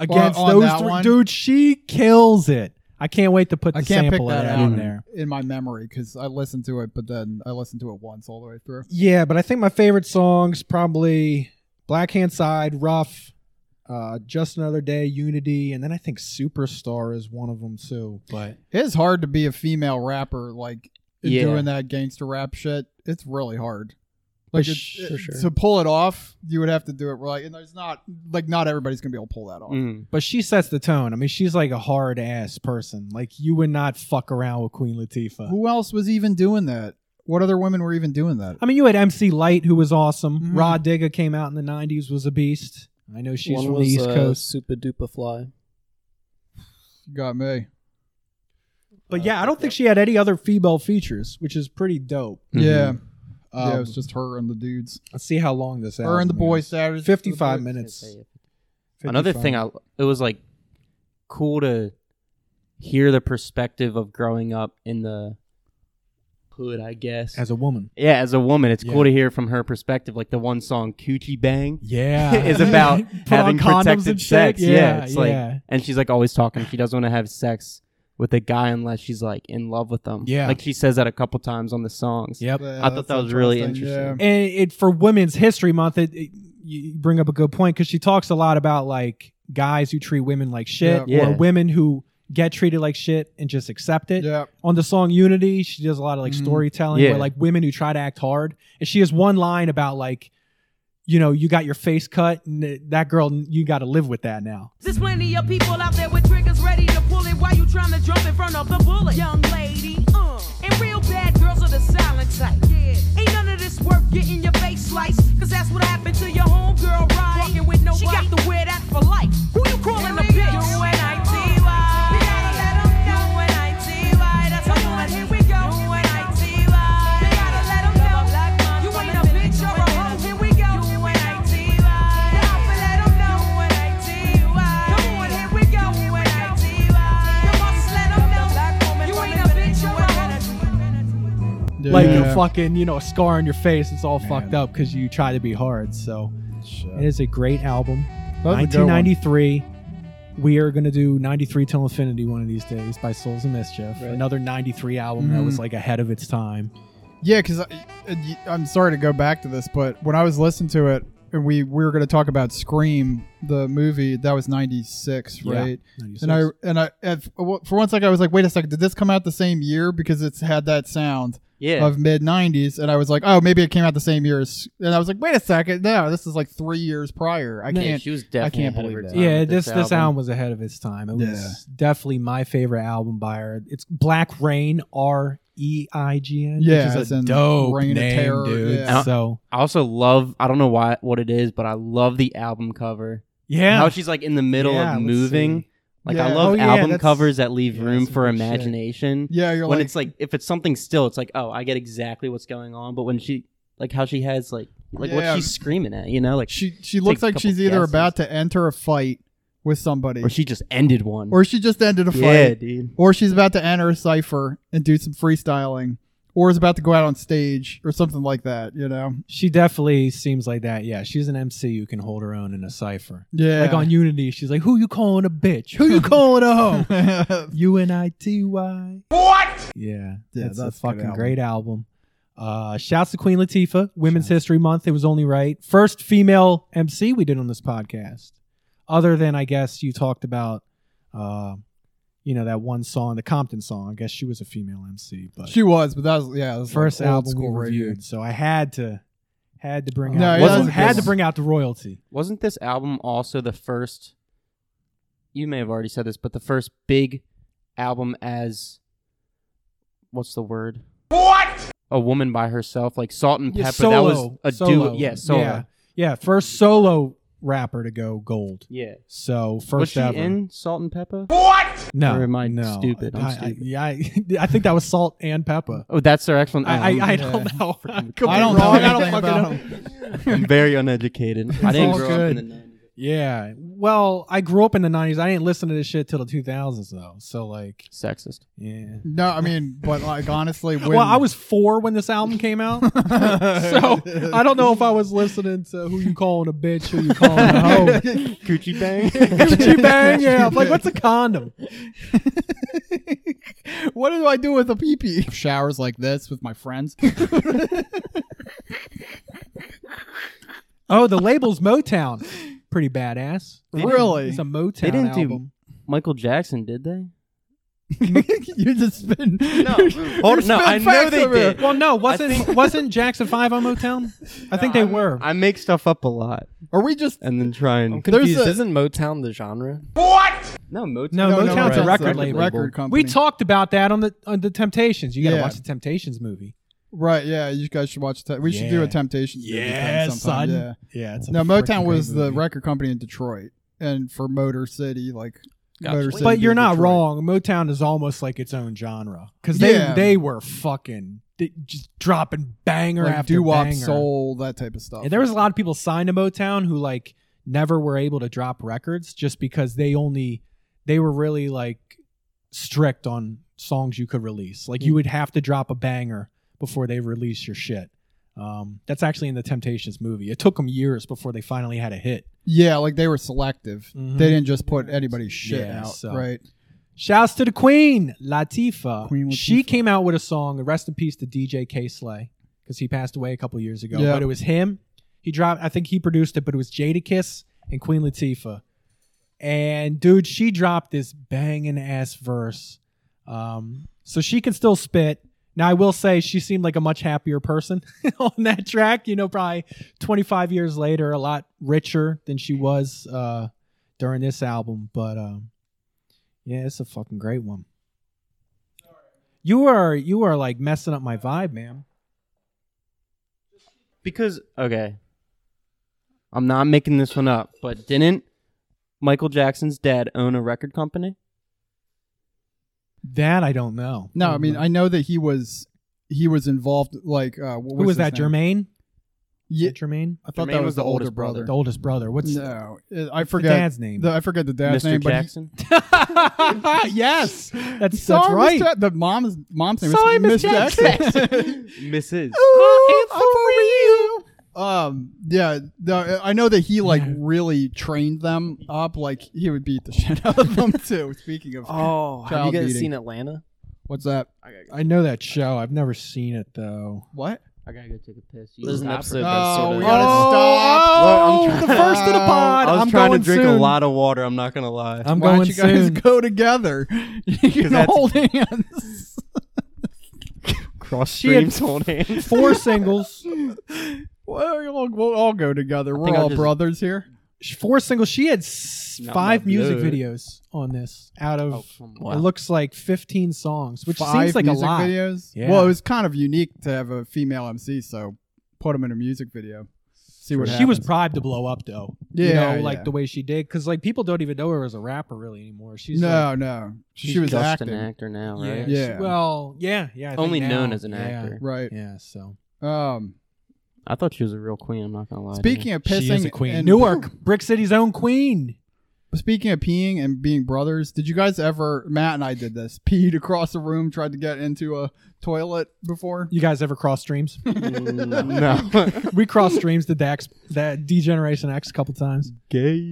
S3: against
S2: on
S3: those
S2: that
S3: three.
S2: one?
S3: Dude, she kills it. I can't wait to put the
S2: I can't pick
S3: sample of
S2: that
S3: that
S2: out
S3: in there.
S2: in my memory because I listened to it, but then I listened to it once all the way through.
S3: Yeah, but I think my favorite songs probably Black Hand Side, Rough, uh, Just Another Day, Unity, and then I think Superstar is one of them too. But
S2: It's hard to be a female rapper like
S3: Yeah.
S2: doing that gangster rap shit. It's really hard.
S3: For
S2: Like
S3: sh-
S2: it,
S3: for
S2: it-
S3: sure.
S2: to pull it off, you would have to do it right. And there's not like not everybody's gonna be able to pull that off.
S4: Mm.
S3: but she sets the tone. I mean, she's like a hard ass person. Like you would not fuck around with Queen Latifah.
S2: Who else was even doing that? What other women were even doing that?
S3: I mean, you had MC Light, who was awesome. Rod Digga came out in the '90s, was a beast. I know she's
S5: One
S3: from
S5: was,
S3: the East
S5: uh,
S3: Coast.
S5: Super duper fly.
S2: You got me.
S3: Mm-hmm. But yeah, I don't think she had any other female features, which is pretty dope.
S2: Yeah. yeah, it
S3: Um,
S2: was just her and the dudes.
S3: Let's see how long this.
S2: Her and the
S3: album
S2: boy
S3: is.
S2: Saturday.
S3: Fifty-five minutes.
S4: Another
S3: 55.
S4: thing, I it was like cool to hear the perspective of growing up in the hood, I guess.
S3: as a woman.
S4: yeah, as a woman, it's
S3: Yeah.
S4: cool to hear from her perspective. Like the one song "Coochie Bang,"
S3: Yeah.
S4: is about
S3: Put on
S4: having
S3: condoms
S4: protected
S3: and shit.
S4: sex. Yeah,
S3: Yeah,
S4: it's
S3: yeah.
S4: like, and she's like always talking. She doesn't want to have sex with a guy unless she's like in love with them.
S3: Yeah.
S4: like she says that a couple times on the songs.
S3: Yep.
S2: Yeah,
S4: I thought
S2: that's
S4: that was really
S2: interesting,
S4: interesting.
S2: yeah.
S3: and it for Women's History Month, it, it- you bring up a good point because she talks a lot about like guys who treat women like shit,
S4: Yeah.
S3: or
S4: Yeah.
S3: women who get treated like shit and just accept it.
S2: Yeah.
S3: On the song Unity, she does a lot of like
S2: Mhm.
S3: storytelling
S4: Mm-hmm. Yeah.
S3: where like women who try to act hard, and she has one line about like, you know, you got your face cut, and th- that girl, you got to live with that now.
S11: There's plenty of people out there with triggers ready to pull it while you trying to jump in front of the bullet. Young lady, uh. And real bad girls are the silent type. Yeah. Ain't none of this worth getting your face sliced. Cause that's what happened to your homegirl, right? Walking with no She got to wear that for life. Who you calling a bitch? You and I You gotta let 'em know. You and I That's how you and here we go. You and I You gotta let 'em know. You ain't a bitch, you're a hoe. Here we go. You and I
S3: Like a
S2: Yeah.
S3: fucking, you know, a scar on your face, it's all fucked up because you try to be hard. So it is a great album.
S2: That was a good one.
S3: 1993. We are going to do 93 Till Infinity one of these days by Souls of Mischief.
S2: Right.
S3: Another 93 album that was
S2: Mhm.
S3: like ahead of its time.
S2: Yeah, because I'm sorry to go back to this, but when I was listening to it, and we, we were going to talk about Scream, the movie that was '96,
S3: Yeah,
S2: right?
S3: 96.
S2: And I and I at, for one second I was like, wait a second, did this come out the same year? Because it's had that sound
S4: Yeah.
S2: of mid '90s, and I was like, oh, maybe it came out the same year. as- And I was like, wait a second, no, this is like three years prior. I
S4: Yeah,
S2: can't.
S4: she was
S2: I
S4: definitely
S2: can't
S4: ahead of
S2: believe
S4: her
S2: that.
S4: time.
S3: yeah,
S4: with
S3: this
S4: this
S3: this album.
S4: album.
S3: was ahead of its time. It was
S2: Yeah.
S3: definitely my favorite album by her. It's Black Rain R E I G N.
S2: Yeah,
S3: which
S2: as
S3: is a
S2: in
S3: dope
S2: Reign of
S3: name,
S2: Terror,
S3: dude.
S2: yeah.
S3: So
S4: I also love. I don't know why what it is, but I love the album cover.
S3: yeah,
S4: how she's like in the middle
S3: Yeah,
S4: of
S3: let's
S4: moving.
S3: see.
S4: Like I
S2: Yeah.
S4: love
S3: Oh, yeah,
S4: album
S3: that's-
S4: covers that leave
S3: yeah,
S4: room
S3: that's some
S4: for
S3: good shit.
S4: imagination.
S2: Yeah, you're
S4: when
S2: like-
S4: it's like if it's something still, it's like oh I get exactly what's going on. But when she like how she has like like
S2: Yeah.
S4: what she's screaming at, you know, like
S2: She she
S4: take
S2: looks
S4: a
S2: like
S4: couple
S2: she's either
S4: guesses.
S2: about to enter a fight with somebody,
S4: or she just ended one.
S2: or she just ended a fight.
S4: yeah, dude.
S2: or she's about to enter a cipher and do some freestyling, or is about to go out on stage or something like that. You know?
S3: She definitely seems like that. Yeah, she's an MC who can hold her own in a cipher.
S2: Yeah.
S3: Like on Unity, she's like, "Who you calling a bitch? Who you calling a hoe? U N I T Y." What? Yeah, that's,
S2: that's
S3: a
S2: a
S3: fucking
S2: good album.
S3: great album. Uh, shouts to Queen Latifah, Women's History Month. It was only right. First female MC we did on this podcast, other than I guess you talked about, uh, you know that one song, the Compton song. I guess she was a female MC, but
S2: she was, but that was yeah, that was
S3: first
S2: like old
S3: album we
S2: school radio.
S3: reviewed, so I had to had to bring
S2: No,
S3: out
S2: yeah, that was
S3: wasn't,
S2: a
S3: had
S2: good
S3: to
S2: one.
S3: bring out the royalty.
S4: Wasn't this album also the first? You may have already said this, but the first big album as what's the word? What? A woman by herself, like Salt and
S3: Yeah,
S4: Pepper.
S3: solo,
S4: that was a
S3: solo.
S4: duo. Yeah, solo.
S3: yeah, yeah, first solo rapper to go gold.
S4: Yeah.
S3: So first
S4: was she
S3: ever.
S4: in Salt and Pepper? What?
S3: no,
S4: Or am I
S3: no,
S4: stupid? I'm
S3: I- I-
S4: stupid.
S3: yeah, I, I think that was Salt and Pepper.
S4: oh, that's their actual name.
S3: I, I, I
S2: yeah.
S3: don't know.
S4: Freaking
S3: could be
S2: I don't know
S3: wrong. I
S2: anything
S3: don't fucking
S2: about
S3: know.
S2: them.
S4: I'm very uneducated. I
S3: It's
S4: didn't
S3: all
S4: grow up
S3: good.
S4: in the 90s.
S3: Yeah. Well, I grew up in the '90s. I didn't listen to this shit till the 2000s, though. So like,
S4: sexist.
S3: Yeah.
S2: No, I mean, but like honestly, when,
S3: well, I was four when this album came out, so I don't know if I was listening to who you calling a bitch, who you calling a hoe,
S4: Coochie bang.
S3: Gucci bang. Yeah. I'm like, what's a condom?
S2: what do I do with a pee pee? Showers like this with my friends.
S3: Oh, the label's Motown. Pretty badass.
S2: They didn't- Really?
S3: It's a Motown
S4: They didn't
S3: album.
S4: do Michael Jackson, did they?
S2: you just spin. No,
S4: Hold- Oh, no, I know they did.
S3: Well, no, wasn't wasn't Jackson Five on Motown? I think they were.
S4: I make stuff up a lot
S2: Are we just?
S4: and then try and.
S6: Confused.
S2: a-
S6: Isn't Motown the genre?
S4: No, Motown.
S3: No,
S2: No, no,
S3: Motown's
S2: Motown's
S3: a
S2: a
S3: record label.
S2: record company.
S3: We talked about that on the on the Temptations. You got to
S2: Yeah.
S3: watch the Temptations movie.
S2: Right? Yeah, you guys should watch. Te- we should do
S3: Yeah.
S2: a Temptations. movie
S3: Yeah, son.
S2: sometime, Yeah.
S3: Yeah, it's a
S2: No,
S3: freaking
S2: Motown
S3: great
S2: was the
S3: movie.
S2: record company in Detroit, and for Motor City, like Motor City.
S3: But you're
S2: being
S3: not
S2: Detroit.
S3: wrong. Motown is almost like its own genre because they
S2: Yeah.
S3: they were fucking they just dropping banger
S2: Like
S3: after
S2: doo wop,
S3: banger.
S2: soul, that type of stuff.
S3: And there was a lot of people signed to Motown who like never were able to drop records just because they only they were really like strict on songs you could release. Like you
S2: Mm.
S3: would have to drop a banger before they release your shit. Um, that's actually in the Temptations movie. It took them years before they finally had a hit.
S2: Yeah, like they were selective.
S3: Mhm.
S2: They didn't just put anybody's shit
S3: Yeah,
S2: out,
S3: so-
S2: right?
S3: Shouts to the Queen, Latifah.
S2: Queen
S3: She came out with a song, rest in peace to DJ K Slay, because he passed away a couple years ago.
S2: Yeah.
S3: But it was him. He dropped, I think he produced it, but it was Jadakiss and Queen Latifah. And dude, she dropped this banging ass verse. Um, so she can still spit. Now I will say she seemed like a much happier person on that track. You know, probably 25 years later, a lot richer than she was uh, during this album. But um, yeah, it's a fucking great one. You are you are like messing up my vibe, man.
S4: Because okay, I'm not making this one up, but didn't Michael Jackson's dad own a record company?
S3: That I don't know.
S2: No, I mean I know that he was he was involved. Like uh, what
S3: Who was
S2: was his
S3: that?
S2: name?
S3: Jermaine?
S2: Yeah,
S3: Jermaine.
S2: I thought
S4: Jermaine
S2: that was,
S4: was
S2: the,
S4: the
S2: older
S4: oldest
S2: brother.
S4: brother.
S3: The oldest brother. What's
S2: no, uh, I
S3: the
S2: forget
S3: dad's name?
S2: The, I forget the dad's
S4: Mr.
S2: name,
S4: Jackson.
S3: Ah, yes, that's that's
S2: Sorry,
S3: right.
S2: Miss Ja- the mom's mom's name
S3: Sorry,
S2: is
S3: Miss
S2: Miss Jackson.
S4: Mrs.
S2: um, yeah, the, I know that he like really trained them up. Like he would beat the shit out of them too. Speaking of,
S6: Oh, have
S2: Child
S6: you guys
S2: beating.
S6: seen Atlanta?
S2: what's that?
S3: I know that show. I've never seen it though.
S2: What?
S4: I gotta go take a piss. You
S6: There's an
S4: stop
S6: episode
S4: her.
S6: that's sort
S2: Oh,
S6: of.
S2: we gotta stop.
S4: Look, I'm
S3: Oh, the first of the pod.
S4: I was
S3: am
S4: trying
S3: going
S4: to drink
S3: soon.
S4: a lot of water. I'm not gonna lie.
S3: I'm
S2: Why
S3: going
S2: don't you guys
S3: soon.
S2: go together? You can
S4: that's-
S2: hold hands.
S4: cross
S3: She had-
S4: streams hold hands.
S3: Four singles.
S2: Well, we'll, we'll all go together. We're
S4: think I'll
S2: all
S4: just-
S2: brothers here.
S3: four singles. She had s-
S4: Not Oh,
S3: five
S4: my
S3: music
S4: blood.
S3: videos on this out of
S6: wow.
S3: it looks like 15 songs, which
S2: Five
S3: seems like a
S2: music
S3: lot.
S2: videos.
S3: Yeah.
S2: Well, it was kind of unique to have a female MC, so put them in a music video. See what
S3: She was
S2: happens.
S3: primed to blow up though.
S2: Yeah,
S3: you know, like
S2: yeah.
S3: the way she did cuz like people don't even know her as a rapper really anymore. She's
S2: no,
S3: like,
S2: no, she
S4: She's
S2: was
S4: just
S2: acting.
S4: an actor now,
S3: yeah,
S4: right?
S3: she-
S2: Yeah.
S3: well, yeah, yeah. I think
S4: Only
S3: now,
S4: known as an
S3: yeah.
S4: actor.
S2: Right.
S3: Yeah, so
S2: Um.
S4: I thought she was a real queen. I'm not gonna lie. to you.
S2: Speaking of pissing,
S3: she is a queen.
S2: and-
S3: Newark, Brick City's own queen.
S2: Speaking of peeing and being brothers, did you guys ever? Matt and I did this. Peed across the room, tried to get into a toilet before.
S3: You guys ever cross streams?
S4: Mm, no,
S3: we cross streams to Dax, that D Generation X a couple times.
S4: gay.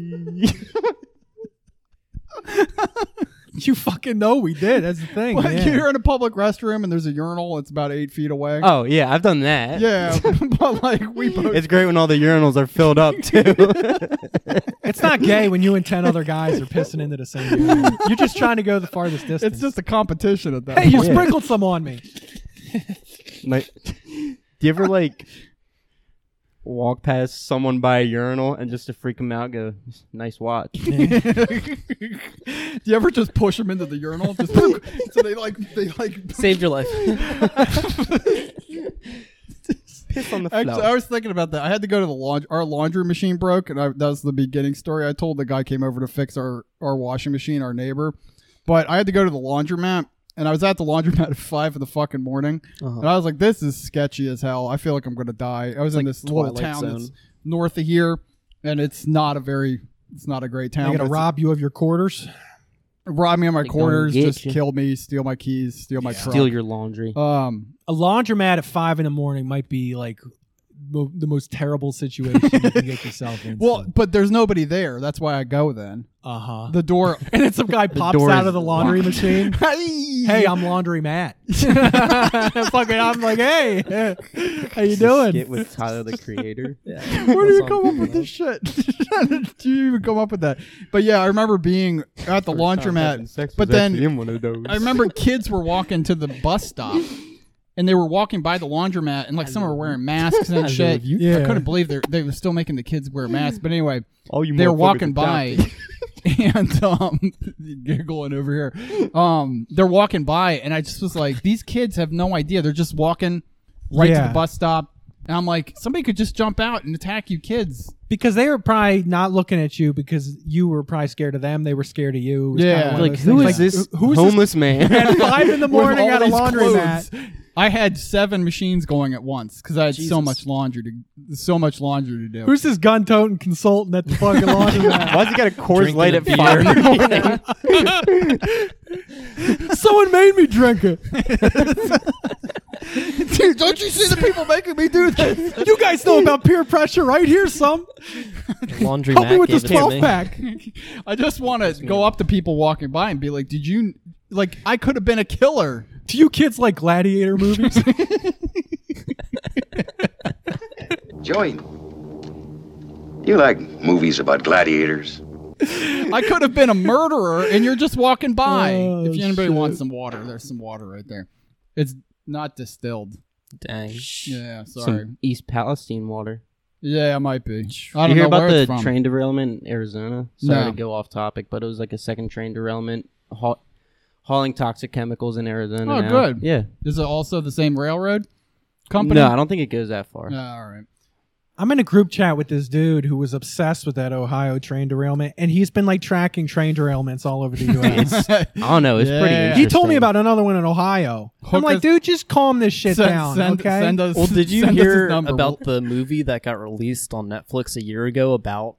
S3: You fucking know we did. That's the thing.
S2: Like,
S3: yeah. Uh,
S2: You're in a public restroom and there's a urinal. It's about eight feet away.
S4: Oh yeah, I've done that.
S2: yeah, but like we both.
S4: It's great when all the urinals are filled up too.
S3: It's not gay when you and ten other guys are pissing into the same. urinal. You're just trying to go the farthest distance.
S2: It's just a competition at that.
S3: hey, you
S2: point.
S3: sprinkled some on me.
S4: like, do you ever like walk past someone by a urinal and just to freak them out, go, "Nice watch."
S2: Do you ever just push them into the urinal? Just so they like they like.
S6: Saved your life.
S4: Piss on the floor.
S2: Actually, I was thinking about that. I had to go to the laundry. Our laundry machine broke, and I, that was the beginning story. I told the guy came over to fix our our washing machine, our neighbor. But I had to go to the laundromat, and I was at the laundromat at five in the fucking morning, and I was like, "This is sketchy as hell. I feel like I'm gonna die." I was in this little
S6: Twilight
S2: town
S6: Zone.
S2: that's north of here, and it's not a very It's not a great
S3: They're
S2: town.
S3: gonna
S2: but it's-
S3: rob you of your quarters.
S2: rob me of my
S3: gonna
S2: quarters,
S3: get
S2: just
S3: you.
S2: kill me, steal my keys, steal my truck.
S4: Steal your laundry.
S2: Um,
S3: a laundromat at five in the morning might be like mo- the most terrible situation you can get yourself in.
S2: Well, but there's nobody there. That's why I go then.
S3: Uh huh.
S2: The door
S3: and then some guy pops
S2: door
S3: out
S2: is
S3: of the laundry
S2: locked.
S3: machine. hey, I'm laundry Matt. Fucking, I'm like, hey, how you doing?
S4: Skit with Tyler the Creator. yeah.
S2: Where do you come up with this shit? How did you even come up with that? But yeah, I remember being at the
S17: First time having
S2: laundromat.
S17: sex
S2: but
S17: was
S2: then
S17: actually in one of those.
S2: I remember kids were walking to the bus stop. And they were walking by the laundromat, and like some were wearing masks
S17: I
S2: and shit.
S17: love you.
S2: I
S17: Yeah.
S2: couldn't believe they they were still making the kids wear masks. But anyway,
S4: Oh,
S17: All you
S2: they were
S17: motherfuckers
S2: walking by, and um, giggling over here. Um, they're walking by, and I just was like, these kids have no idea. They're just walking right to
S3: Yeah.
S2: the bus stop, and I'm like, somebody could just jump out and attack you kids.
S3: Because they were probably not looking at you because you were probably scared of them. They were scared of you. It was
S2: Yeah.
S3: kinda one of
S2: Like,
S3: those
S2: who
S3: things,
S2: is
S4: this
S3: who is
S4: homeless man?
S3: At five in the
S2: With
S3: morning
S2: all
S3: at a
S2: these
S3: laundromat.
S2: clothes. I had seven machines going at once because I had so much laundry to so much laundry to do.
S3: Who's this gun toting consultant at the fucking laundromat?
S2: Why's he got a Coors
S3: Drinking
S2: Light
S3: a
S2: at five in
S3: beer. Someone made me drink it.
S2: Dude, don't you see the people making me do this?
S3: You guys know about peer pressure, right? Here's some.
S5: Laundry
S3: Help me
S5: Matt
S3: with
S5: gave
S3: this
S5: it to
S3: 12
S5: me.
S3: pack.
S2: I just want to go up to people walking by and be like, "Did you like? I could have been a killer."
S3: Do you kids like gladiator movies?
S15: Joey, you like movies about gladiators?
S2: I could have been a murderer, and you're just walking by.
S3: Oh,
S2: if anybody
S3: shit.
S2: wants some water, there's some water right there. It's not distilled.
S4: Dang.
S2: Yeah, sorry.
S4: Some East Palestine water.
S2: Yeah, it might be. I
S4: Did
S2: don't
S4: you hear
S2: know
S4: about
S2: where
S4: the
S2: it's from.
S4: train derailment in Arizona? Sorry
S2: No.
S4: to go off topic, but it was like a second train derailment haul- hauling toxic chemicals in Arizona.
S2: Oh,
S4: now.
S2: good.
S4: Yeah.
S2: Is it also the same railroad company?
S4: No, I don't think it goes that far.
S2: No, all right.
S3: I'm in a group chat with this dude who was obsessed with that Ohio train derailment, and he's been like tracking train derailments all over the U.S.
S4: I don't know. It's pretty
S2: Yeah.
S4: interesting.
S3: he told me about another one in Ohio. I'm
S2: Hook
S3: like,
S2: us-
S3: dude, just calm this shit
S2: Send-
S3: down,
S2: send-
S3: okay?
S2: send us-
S6: Well, did you
S2: send us his
S6: hear
S2: number.
S6: about the movie that got released on Netflix a year ago about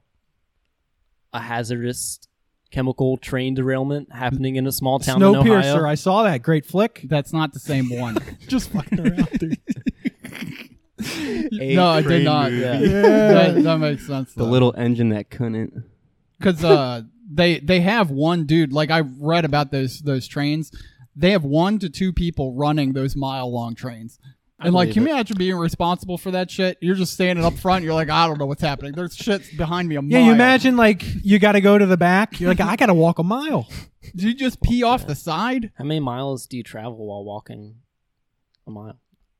S6: a hazardous chemical train derailment happening in a small town in Ohio?
S3: Snowpiercer, I saw that great flick.
S2: That's not the same one.
S3: Just fucking around, dude.
S4: A
S2: no, I
S4: train
S2: did not.
S4: movie.
S2: Yeah.
S3: Yeah.
S2: That, that makes sense.
S4: the little engine that couldn't.
S2: because uh, they they have one dude. Like I read about those those trains. They have one to two people running those mile long trains. And like,
S6: believe
S2: can you imagine being responsible for that shit? You're just standing up front. You're like, I don't know what's happening. There's shit behind me a
S3: Yeah,
S2: mile.
S3: you imagine like you got to go to the back. You're like, I got to walk a mile.
S2: Did you just pee off the side?
S6: How many miles do you travel while walking a mile?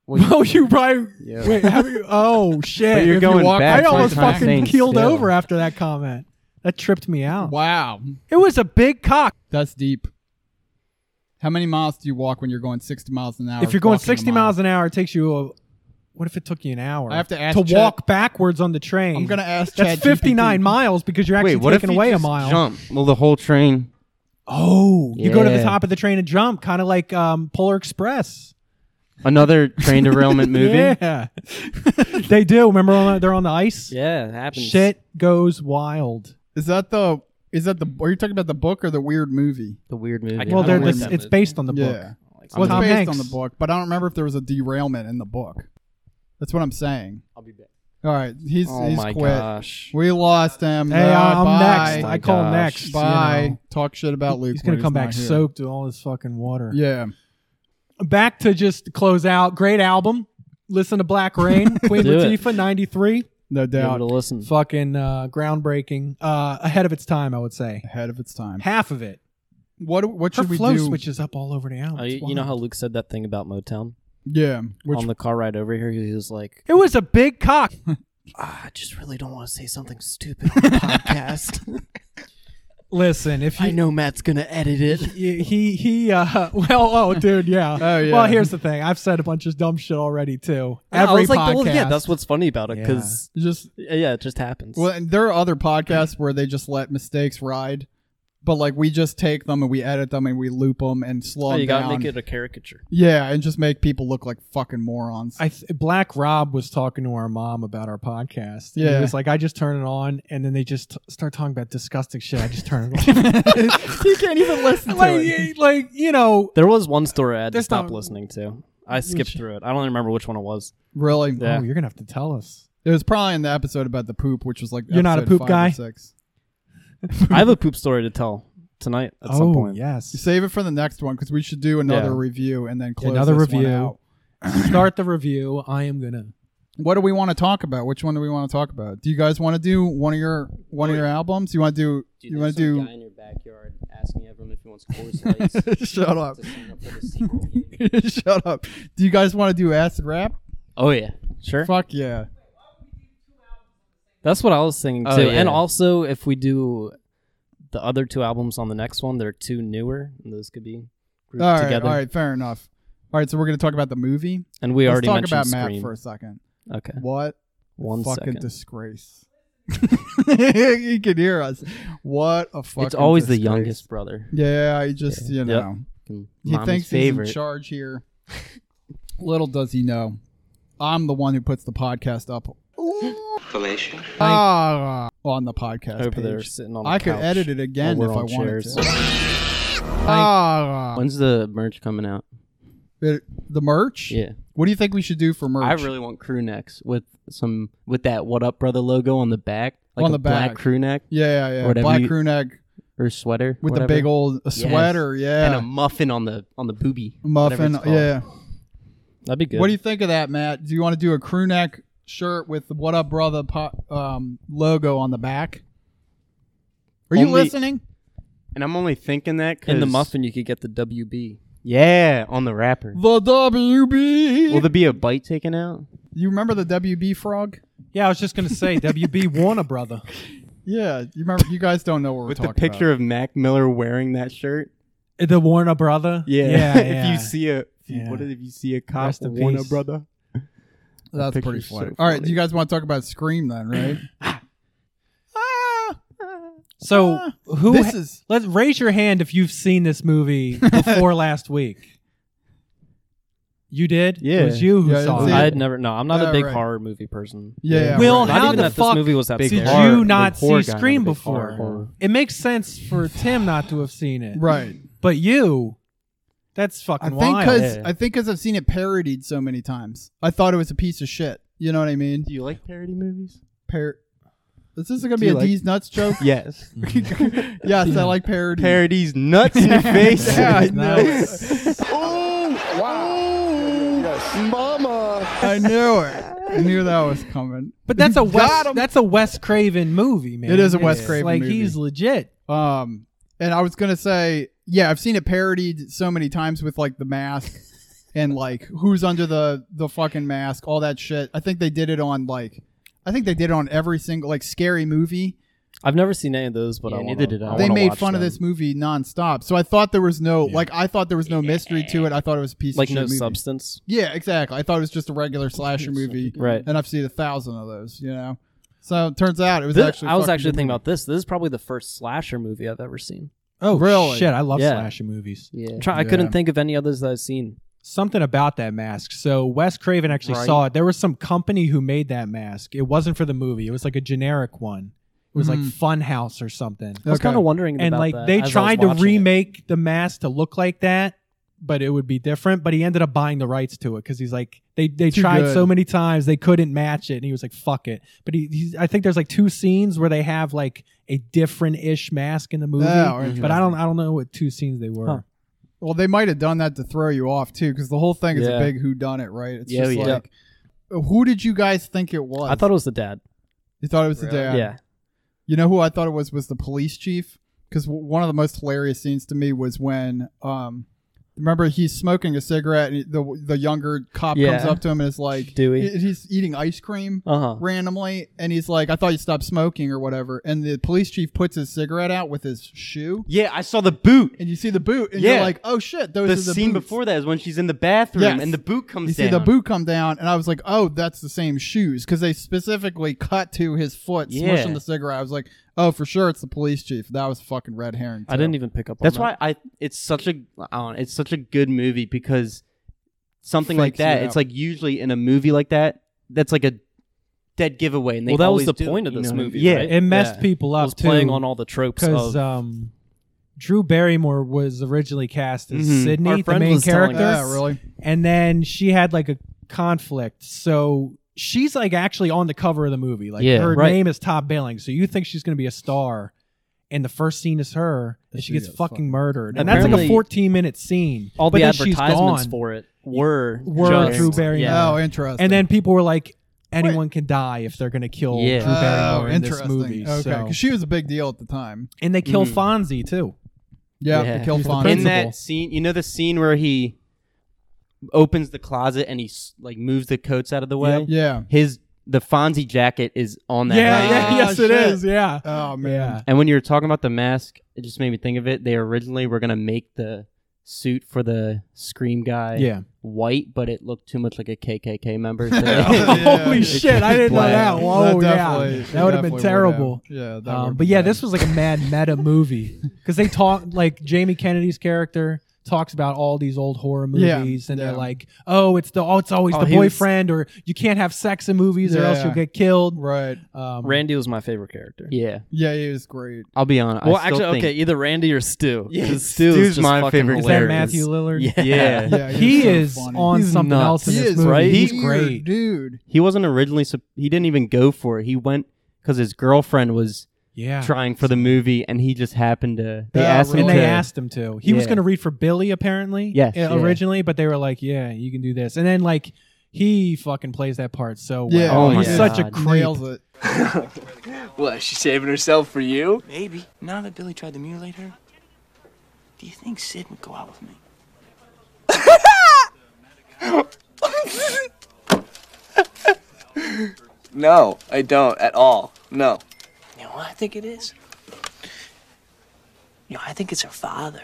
S3: Oh, you probably.
S4: Yeah.
S3: Wait, how you, oh shit!
S4: But you're
S3: If
S4: going
S3: walk-
S4: back,
S3: I
S4: so
S3: almost
S4: it's not
S3: fucking
S4: staying
S3: keeled
S4: still.
S3: over after that comment. That tripped me out.
S2: Wow,
S3: It was a big cock.
S2: that's deep. How many miles do you walk when you're going 60 miles an hour?
S3: if you're going
S2: walking a
S3: 60
S2: mile?
S3: miles an hour, it takes you. A, what if it took you an hour?
S2: I have to ask
S3: to
S2: Chad-
S3: walk backwards on the train.
S2: I'm gonna ask
S3: That's
S2: ChatGPT.
S3: 59 miles because you're actually
S4: Wait, what if
S3: taking
S4: you
S3: away a
S4: just
S3: mile.
S4: Jump. Well, the whole train.
S3: Oh, you go to the
S4: Yeah.
S3: top of the train and jump, kind of like um, Polar Express.
S4: Another train derailment movie.
S3: Yeah, they do. Remember, on the, they're on the ice.
S4: Yeah, it happens.
S3: Shit goes wild.
S2: Is that the is that the are you talking about the book or the weird movie?
S4: The weird
S6: I
S4: movie.
S6: can
S3: Well,
S6: kinda
S3: they're
S6: like
S3: this,
S6: that
S3: it's
S6: movie.
S3: based on the book.
S2: Yeah.
S3: On
S2: Well, it's
S3: Tom
S2: based
S3: Hanks.
S2: on the book, but I don't remember if there was a derailment in the book. That's what I'm saying.
S6: I'll be back.
S2: All right, he's
S4: Oh
S2: he's
S4: my
S2: quit.
S4: gosh.
S2: We lost him.
S3: Hey,
S2: Uh,
S3: I'm
S2: bye.
S6: Oh
S3: next.
S4: My
S3: I call
S4: gosh.
S3: next. you
S2: Bye.
S3: know.
S2: Talk shit about Luke.
S3: He's gonna
S2: when
S3: come
S2: not
S3: back
S2: here.
S3: soaked with all his fucking water.
S2: Yeah.
S3: Back to just close out. Great album. Listen to Black Rain, Queen
S6: Do it.
S3: Latifah, '93.
S2: No
S6: Give it
S2: doubt.
S6: a listen.
S3: Fucking uh, groundbreaking. Uh, ahead of its time, I would say.
S2: Ahead of its time.
S3: Half of it.
S2: What what
S3: Her
S2: should we
S3: flow
S2: do?
S3: switches up all over the album.
S6: Oh,
S3: It's
S6: you, you know
S3: wild.
S6: how Luke said that thing about Motown
S2: yeah. Which
S3: Um,
S6: on the car ride over here? He was like,
S3: it was a big cock.
S6: ah, I just really don't want to say something stupid on the podcast.
S3: Listen, if you
S6: I know Matt's gonna edit it.
S3: he he, he uh well oh dude yeah
S2: Oh, yeah.
S3: well here's the thing I've said a bunch of dumb shit already too every
S6: I was like,
S3: podcast
S6: well, yeah, that's what's funny about it
S3: Yeah.
S6: because
S2: just
S6: yeah. it just happens.
S2: well, and there are other podcasts where they just let mistakes ride. but like we just take them and we edit them and we loop them and slow
S6: Oh,
S2: them
S6: you gotta
S2: down.
S6: make it a caricature.
S2: yeah, and just make people look like fucking morons.
S3: I th- Black Rob was talking to our mom about our podcast. And
S2: Yeah.
S3: he was like, I just turn it on, and then they just t- start talking about disgusting shit. I just turn it off.
S2: you can't even listen to
S3: like,
S2: it.
S3: y- Like you know,
S6: There was one story I had to
S3: There's
S6: stop
S3: not-
S6: listening to. I skipped
S3: Which-
S6: through it. I don't even remember which one it was.
S2: Really?
S6: Yeah.
S3: oh, you're gonna have to tell us.
S2: It was probably in the episode about the poop, which was like
S3: You're not a
S2: episode
S3: poop
S2: five
S3: guy?
S2: or Six.
S6: I have a poop story to tell tonight at some
S3: Oh,
S6: point.
S3: yes.
S2: Save it for the next one because we should do another
S6: Yeah.
S2: review and then close
S3: Another
S2: this one
S3: review.
S2: out.
S3: Start the review. I am gonna.
S2: What do we want to talk about? Which one do we want to talk about? Do you guys want to do one of your one of your albums? You want to do? you
S4: Dude, there's
S2: want
S4: some
S2: to do?
S4: guy in your backyard asking everyone if he wants Coors Lights.
S2: Shut up.
S4: to sign up for the sequel.
S2: Shut up. Do you guys want to do acid rap?
S6: Oh yeah, sure.
S2: Fuck yeah.
S6: That's what I was thinking too.
S4: Oh, yeah.
S6: And also, if we do the other two albums on the next one, they're two newer, and those could be grouped
S2: All right,
S6: together.
S2: all right, fair enough. All right, so we're gonna talk about the movie.
S6: And we
S2: Let's
S6: already
S2: talk
S6: mentioned
S2: about Matt
S6: Scream.
S2: for a second.
S6: Okay,
S2: What
S6: one
S2: fucking
S6: second.
S2: disgrace? he can hear us. What a fucking.
S4: it's always the
S2: disgrace.
S4: youngest brother.
S2: Yeah, he just you
S4: Yep.
S2: know
S4: Fucking
S2: he
S4: Mommy's
S2: thinks
S4: favorite.
S2: he's in charge here. Little does he know, I'm the one who puts the podcast up
S7: Fellatio.
S2: ah, on the podcast
S6: Over
S2: page.
S6: there sitting on the
S2: I could
S6: couch
S2: edit it again
S6: while
S2: if
S6: we're
S2: I
S6: on
S2: wanted
S6: chairs.
S2: to. Ah,
S4: When's the merch coming out?
S2: It- the merch.
S4: Yeah.
S2: What do you think we should do for merch?
S4: I really want crew necks with some with that "What Up, Brother" logo on the back, like
S2: On
S4: a
S2: the
S4: black
S2: back.
S4: crew neck
S2: yeah, yeah, yeah.
S4: Whatever
S2: Black
S4: you-
S2: crew neck
S4: or sweater
S2: with
S4: whatever.
S2: the big old a
S4: Yes.
S2: sweater. Yeah,
S4: and a muffin on the on the booby whatever
S2: muffin.
S4: it's called.
S2: Yeah.
S6: That'd be good.
S2: What do you think of that, Matt? Do you want to do a crew neck shirt with the "What Up, Brother" po- um, logo on the back? Are you
S4: Only-
S2: listening?
S4: And I'm only thinking that because
S6: in the muffin, you could get the WB.
S4: Yeah, on the wrapper.
S2: The WB.
S4: Will there be a bite taken out?
S2: you remember the WB frog?
S3: Yeah, I was just gonna say WB Warner brother.
S2: Yeah, you remember. You guys don't know what we're
S4: With
S2: talking
S4: the picture of Mac Miller wearing that shirt.
S3: The Warner brother.
S4: Yeah.
S3: Yeah.
S4: if
S3: yeah.
S4: you see a, if you-
S3: Yeah.
S4: what if you see a cop
S3: Rest in
S4: Warner
S3: peace.
S4: brother?
S2: about. That's pretty
S4: picture's so
S2: funny. All right,
S4: funny.
S2: you guys want to talk about Scream then, right?
S3: So
S2: Ah,
S3: who
S2: this
S3: ha-
S2: is-
S3: let's raise your hand if you've seen this movie before last week. You did?
S4: Yeah.
S3: It was you who
S2: Yeah, I
S3: saw
S2: didn't
S3: it.
S2: see
S6: I
S2: it.
S6: had never. No, I'm not
S3: Oh,
S2: Yeah,
S6: a big
S2: right.
S6: horror movie person.
S2: Yeah, yeah,
S3: Will,
S2: right.
S6: Not
S3: how
S6: even
S3: the
S6: that this
S3: fuck
S6: movie was that
S4: big
S6: scary.
S3: Did
S4: horror-
S3: you not
S4: big horror
S3: see
S4: guy, not a
S3: Scream
S4: big
S3: before?
S4: horror horror.
S3: It makes sense for Tim not to have seen it.
S2: right.
S3: But you, that's
S2: I
S3: fucking
S2: think
S3: wild.
S2: because I think because I've seen it parodied so many times. I thought it was a piece of shit. You know what I mean?
S4: Do you like parody movies?
S2: Par- is this gonna
S4: Do
S2: be
S4: you
S2: a
S4: like-
S2: D's nuts joke?
S4: Yes.
S2: yes, I like parody.
S4: Parody's nuts in your face.
S2: Yeah, I know.
S7: Mama.
S2: I knew it. I knew that was coming.
S3: but that's a
S2: You
S3: Wes,
S2: got 'em.
S3: that's a Wes Craven movie, man.
S2: It is a Wes
S3: It's
S2: Craven
S3: like,
S2: movie.
S3: he's legit.
S2: Um, and I was gonna say, yeah, I've seen it parodied so many times with like the mask and like who's under the the fucking mask, all that shit. I think they did it on like, I think they did it on every single like scary movie.
S6: I've never seen any of those, but
S4: Yeah,
S6: I wanna,
S4: neither did I.
S6: I
S2: they
S6: wanna
S2: made
S6: watch
S2: fun of
S6: them.
S2: this movie nonstop. So I thought there was no like, I thought there was no mystery to it. I thought it was a piece
S6: Like
S2: of shit
S6: no
S2: movie.
S6: substance.
S2: Yeah, exactly. I thought it was just a regular slasher movie,
S6: Right.
S2: And I've seen a thousand of those, you know. So it turns out it was
S6: This-
S2: actually.
S6: I was
S2: fucking
S6: actually
S2: good
S6: thinking
S2: movie.
S6: about this. This is probably the first slasher movie I've ever seen.
S3: Oh
S2: Really?
S3: shit! I love
S6: Yeah.
S3: slasher movies.
S4: Yeah.
S6: I'm try- I
S2: Yeah.
S6: couldn't think of any others that I've seen.
S3: Something about that mask. So Wes Craven actually
S4: Right.
S3: saw it. There was some company who made that mask. It wasn't for the movie. It was like a generic one. It was
S2: Mhm.
S3: like Funhouse or something.
S6: I was
S2: Okay. Oh,
S6: kind of wondering
S3: and
S6: Hmm. about
S3: like
S6: that
S3: they
S6: as I was
S3: tried to
S6: watching it.
S3: remake the mask to look like that but it would be different but he ended up buying the rights to it because he's like they they
S2: Too
S3: tried
S2: good.
S3: so many times they couldn't match it and he was like fuck it but he he's, i think there's like two scenes where they have like a different ish mask in the movie
S2: Oh,
S6: Mhm.
S3: but i
S2: interesting.
S3: don't i don't know what two scenes they were
S6: Huh.
S2: Well, they might have done that to throw you off too, because the whole thing is a
S6: Yeah.
S2: big who done it, right? It's
S4: Yeah,
S2: just
S4: yeah.
S2: like, who did you guys think it was?
S6: I thought it was the dad.
S2: you thought it was the
S4: Really?
S2: dad.
S6: Yeah.
S2: You know who I thought it was was the police chief, because w- one of the most hilarious scenes to me was when, um, remember he's smoking a cigarette and he- the the younger cop comes
S6: Yeah.
S2: up to him and is like,
S6: Dewey.
S2: he- he's eating ice cream.
S6: Uh
S4: Uh-huh.
S6: huh.
S2: randomly and he's like, I thought you stopped smoking or whatever. And the police chief puts his cigarette out with his shoe
S4: Yeah, I saw the boot.
S2: and you see the boot and
S4: Yeah.
S2: you're like, oh shit, those
S4: the,
S2: are the
S4: scene
S2: boots."
S4: before that is when she's in the bathroom
S2: Yes.
S4: and the boot comes
S2: You see
S4: down.
S2: the boot come down and I was like, oh, that's the same shoes because they specifically cut to his foot
S4: Yeah.
S2: smushing the cigarette. I was like, Oh, for sure, it's the police chief. That was a fucking red herring.
S6: I didn't even pick up. on
S4: That's
S6: that.
S4: why I. It's such a. I don't know, it's such a good movie because something like
S6: Freaks
S4: that.
S6: you
S4: It's
S6: out.
S4: like usually in a movie like that. That's like a dead giveaway. And they
S6: Well, that was
S4: always
S6: the
S4: do it,
S6: point of
S4: you
S6: this
S4: know what I mean?
S6: movie,
S4: Yeah,
S6: right?
S3: it messed
S6: Yeah.
S3: people
S6: It
S3: up
S6: was
S3: too.
S6: playing on all the tropes
S3: because
S6: of-
S3: um, Drew Barrymore was originally cast as
S6: Mhm.
S3: Sydney,
S6: Our
S3: the
S6: friend
S3: main
S6: was telling
S3: character.
S6: us. Yeah, really.
S3: And then she had like a conflict, so she's like actually on the cover of the movie. Like
S4: Yeah,
S3: her
S4: right.
S3: name is Top Billing, so you think she's going to be a star. And the first scene is her, and she, gets, fucking murdered, and that's like a
S6: Apparently,
S3: fourteen-minute scene.
S6: all
S3: but
S6: the
S3: then she's
S6: advertisements
S3: gone
S6: for it were
S3: were
S6: just-
S3: Drew Barrymore.
S6: Yeah.
S2: Oh,
S3: And then people were like, anyone can die if they're going to kill
S4: Yeah.
S3: Drew Barrymore
S2: Oh,
S3: in this
S2: interesting.
S3: movie.
S2: Okay,
S3: so.
S2: 'cause she was a big deal at the time.
S3: and they kill
S4: Mhm.
S6: Mm-hmm.
S3: Fonzie too.
S2: Yeah, they kill
S3: He's the
S2: Fonzie.
S4: in
S3: principal.
S4: that scene, you know the scene where he opens the closet and he s- like moves the coats out of the way.
S2: Yep. Yeah.
S4: his the Fonzie jacket is on that.
S3: Yeah,
S4: rack.
S3: yeah,
S2: Ah,
S3: yes, it
S2: shit.
S3: is. Yeah.
S2: Oh, man.
S4: And when you were talking about the mask, it just made me think of it. They originally were gonna make the suit for the Scream guy,
S3: Yeah.
S4: white, but it looked too much like a KKK member. so-
S6: Oh,
S3: Holy
S4: It
S3: shit! I
S4: just
S3: didn't know
S4: black.
S3: that. Whoa,
S2: That definitely-
S3: yeah, that would have
S2: definitely
S3: been
S2: would've-
S3: terrible.
S2: yeah, that
S3: um,
S2: would've
S3: but yeah, this was like a mad meta movie because they talk like Jamie Kennedy's character talks about all these old horror
S2: Yeah,
S3: movies, and
S2: yeah.
S3: they're like, "Oh, it's the oh, it's always
S6: Oh,
S3: the
S6: he was-
S3: boyfriend, or you can't have sex in movies, or else
S2: Yeah.
S3: you'll get killed."
S2: Right.
S3: Um,
S6: Randy was my favorite character.
S4: Yeah,
S2: Yeah, he was great.
S4: I'll be honest. I
S6: Well,
S4: still
S6: actually,
S4: think-
S6: okay, either Randy or Stu.
S4: Yeah,
S6: 'Cause Stu is
S4: Stu's
S6: just
S4: my
S6: fucking
S4: favorite
S3: is that
S6: hilarious.
S3: Matthew Lillard?
S4: Yeah. Yeah.
S2: Yeah,
S3: he,
S2: he's so
S3: is
S2: funny.
S3: on
S2: He's
S3: something
S4: nuts.
S3: else in
S2: He
S3: this
S2: is
S3: movie.
S4: right?
S3: He's
S2: Weird
S3: great.
S2: dude.
S4: he wasn't originally sup- he didn't even go for it he went because his girlfriend was
S3: Yeah.
S4: trying for the movie and he just happened to they
S2: Yeah,
S4: asked him
S3: and
S4: to,
S3: they asked him to. He was
S4: Yeah.
S3: going to read for Billy apparently.
S4: Yes,
S3: uh,
S4: yeah.
S3: Originally, but they were like, "Yeah, you can do this." And then like he fucking plays that part so well.
S2: Yeah.
S4: Oh my
S3: he's such a
S4: God.
S3: creep.
S2: Nails it.
S17: What, she's saving herself for you?
S18: Maybe. Now that Billy tried to mutilate her, do you think Sid would go out with me?
S17: No, I don't at all. No.
S18: You know what I think it is? You know, I think it's her father.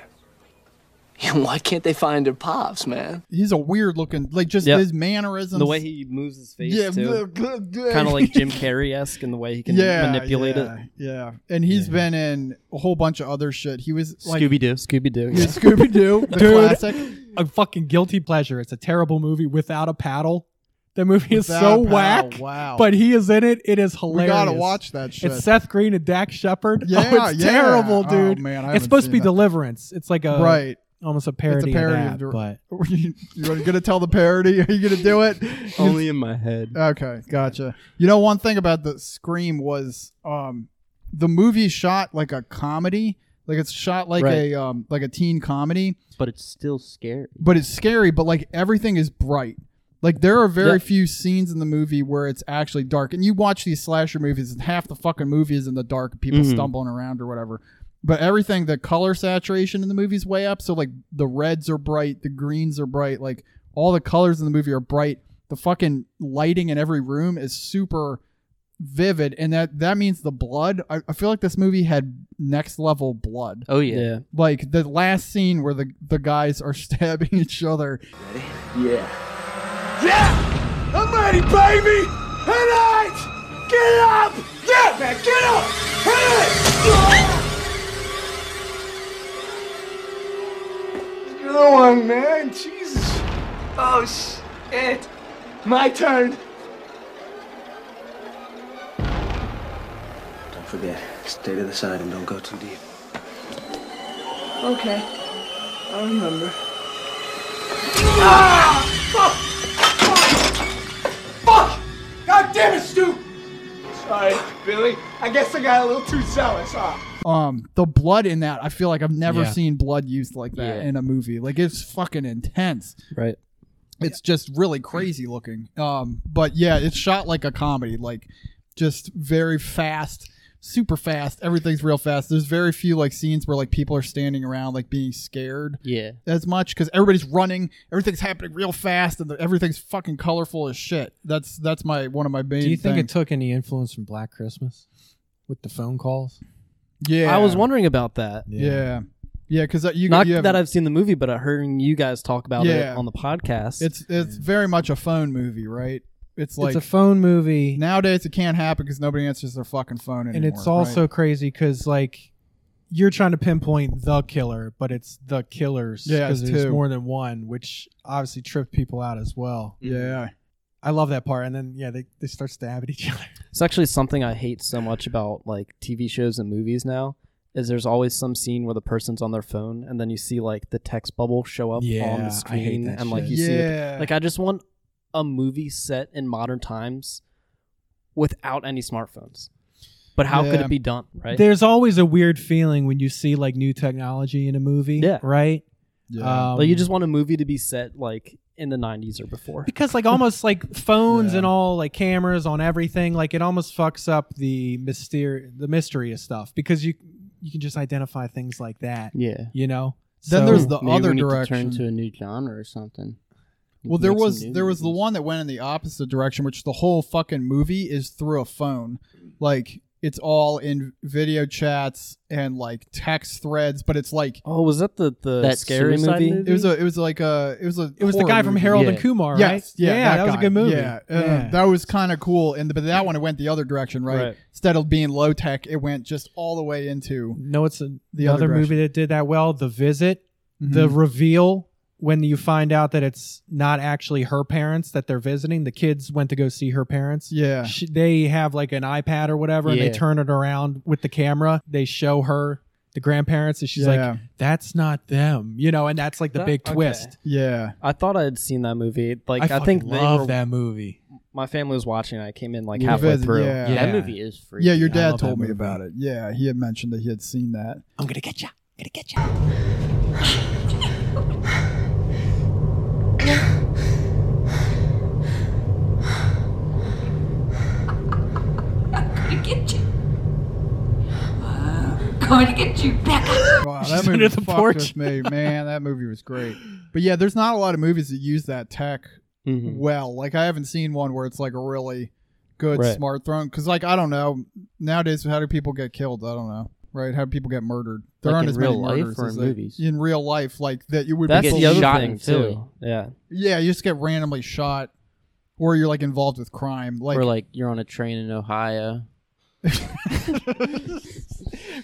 S17: Why can't they find her pops, man?
S2: He's a weird looking, like just
S6: Yep.
S2: his mannerisms.
S6: The way he moves his face,
S2: Yeah,
S6: too.
S2: kind
S6: kind of like Jim Carrey esque in the way he can manipulate
S2: yeah,
S6: it.
S2: Yeah, and he's been in a whole bunch of other shit. He was like
S4: scooby-doo
S6: Scooby Doo.
S2: he was Scooby Doo, the
S3: Dude.
S2: classic.
S3: A fucking guilty pleasure. It's a terrible movie without a paddle. That movie is
S2: Without
S3: so
S2: a paddle,
S3: whack.
S2: wow.
S3: But he is in it. It is
S2: We
S3: hilarious.
S2: gotta watch that shit.
S3: It's Seth Green and Dak Shepard.
S2: Yeah,
S3: oh, it's
S2: yeah.
S3: terrible,
S2: Oh,
S3: dude.
S2: man, I
S3: it's
S2: haven't
S3: supposed to
S2: seen
S3: be
S2: that.
S3: Deliverance. It's like a
S2: Right.
S3: almost a parody.
S2: it's a parody
S3: of that,
S2: of
S3: but
S2: you, you're gonna tell the parody? Are you gonna do it?
S4: only in my head
S2: Okay, gotcha. You know, one thing about the Scream was um, the movie shot like a comedy, like it's shot like
S4: Right.
S2: a um, like a teen comedy,
S4: but it's still scary
S2: but it's scary. But like everything is bright. Like there are very
S4: Yeah.
S2: few scenes in the movie where it's actually dark. And you watch these slasher movies, and half the fucking movie is in the dark, people
S4: Mhm.
S2: stumbling around or whatever. But everything, the color saturation in the movie's way up. So like the reds are bright, the greens are bright, like all the colors in the movie are bright. The fucking lighting in every room is super vivid, and that that means the blood. I, I feel like this movie had next level blood.
S4: oh yeah,
S6: Yeah.
S2: Like the last scene where the the guys are stabbing each other.
S17: Yeah. Yeah! I'm ready, baby! All right! Get up! Yeah, man, get up! Hit it! Go on, man. Jesus. Oh, shit. My turn.
S18: Don't forget, stay to the side and don't go too deep.
S17: Okay. I remember. Ah! Fuck! Fuck! God damn it, Stu! Sorry, Billy. I guess I got a little too zealous, huh?
S2: Um, the blood in that, I feel like I've never
S3: Yeah.
S2: seen blood used like that
S4: Yeah.
S2: in a movie. Like it's fucking intense.
S6: Right.
S2: It's just really crazy looking. Um, but yeah, it's shot like a comedy, like just very fast, super fast. Everything's real fast. There's very few like scenes where like people are standing around like being scared
S4: yeah
S2: as much because everybody's running, everything's happening real fast, and the, everything's fucking colorful as shit. That's that's my one of my main.
S3: Do you think it
S2: things.
S3: took any influence from Black Christmas with the phone calls?
S2: Yeah,
S6: I was wondering about that.
S2: Yeah, yeah, because you
S6: Not
S2: you have,
S6: that I've seen the movie, but I heard you guys talk about
S2: Yeah.
S6: it on the podcast.
S2: It's it's very much a phone movie, right? It's like
S3: it's a phone movie.
S2: Nowadays, it can't happen because nobody answers their fucking phone anymore.
S3: and it's also
S2: right?
S3: crazy because like you're trying to pinpoint the killer, but it's the killers
S2: Yeah, it's
S3: there's
S2: two.
S3: more than one, which obviously tripped people out as well.
S6: Mm-hmm.
S2: yeah.
S3: I love that part, and then yeah, they, they start stabbing each other.
S6: It's actually something I hate so much about like TV shows and movies now. Is there's always some scene where the person's on their phone, and then you see like the text bubble show up
S3: Yeah,
S6: on
S3: I
S6: the
S3: hate
S6: screen,
S3: that
S6: and like
S3: shit.
S6: you see,
S3: Yeah.
S6: the, like I just want a movie set in modern times without any smartphones. But how could
S3: Yeah.
S6: it be done, right?
S3: There's always a weird feeling when you see like new technology in a movie. Yeah. Right. Um,
S6: Yeah. like you just want a movie to be set like in the 90s or before.
S3: because like almost like phones and all like cameras on everything like it almost fucks up the myster the mystery of stuff because you you can just identify things like that
S4: Yeah.
S3: you know
S2: Then there's the
S4: Maybe
S2: other
S4: we need
S2: direction.
S4: To turn to a new genre or something. We
S2: Well,
S4: can
S2: there
S4: make some
S2: was
S4: new
S2: there was the one that went in the opposite direction, which the whole fucking movie is through a phone. Like it's all in video chats and like text threads, but it's like
S6: oh, was that the the
S4: That scary suicide movie? movie?
S2: It was a it was like a it was a
S3: It was the
S2: horror
S3: guy from
S2: movie.
S3: Harold and Yeah. Kumar,
S2: Yes,
S3: right?
S2: Yeah,
S3: Yeah, that was a
S2: guy.
S3: good movie.
S2: Yeah, uh,
S3: Yeah.
S2: that was kind of cool. And the, but that one it went the other direction, right?
S3: Right.
S2: Instead of being low tech, it went just all the way into
S3: no it's a, the
S2: The
S3: other
S2: other
S3: movie that did that well the visit the
S2: Mhm.
S3: reveal when you find out that it's not actually her parents that they're visiting the kids went to go see her parents
S2: Yeah.
S3: Sh they have like an ipad or whatever and
S2: Yeah.
S3: they turn it around with the camera they show her the grandparents and she's
S2: Yeah.
S3: like that's not them you know and that's like the
S6: That-
S3: big
S6: okay.
S3: twist
S2: yeah.
S6: I thought I had seen that movie. Like
S3: I
S6: I, think
S3: fucking
S6: they
S3: love
S6: were-
S3: that movie.
S6: My family was watching. it. I came in like
S2: Yeah.
S6: halfway
S2: Visit,
S6: through.
S2: yeah.
S4: That movie is freaky.
S2: Yeah, your
S4: I
S2: dad
S4: love that
S2: told me
S4: movie.
S2: about it. Yeah, he had mentioned that he had seen that.
S3: I'm gonna get you. I'm gonna get you.
S11: gonna get you. Going to get you back up.
S2: Wow, that movie fucked with me, man. That movie was great. But yeah, there's not a lot of movies that use that tech
S4: Mhm.
S2: well. Like I haven't seen one where it's like a really good
S4: Right.
S2: smart throne. Because like I don't know nowadays, how do people get killed? I don't know. Right? How do people get murdered? There
S4: Like
S2: aren't
S4: in
S2: as
S4: real
S2: many
S4: life
S2: murders
S4: or
S2: as
S4: in
S2: there-
S4: movies?
S2: in real life. Like that, you would.
S6: That's
S2: be
S6: the
S2: believed.
S6: other Shot thing, too. too. Yeah.
S2: Yeah, you just get randomly shot, or you're like involved with crime. Like
S4: or like you're on a train in Ohio.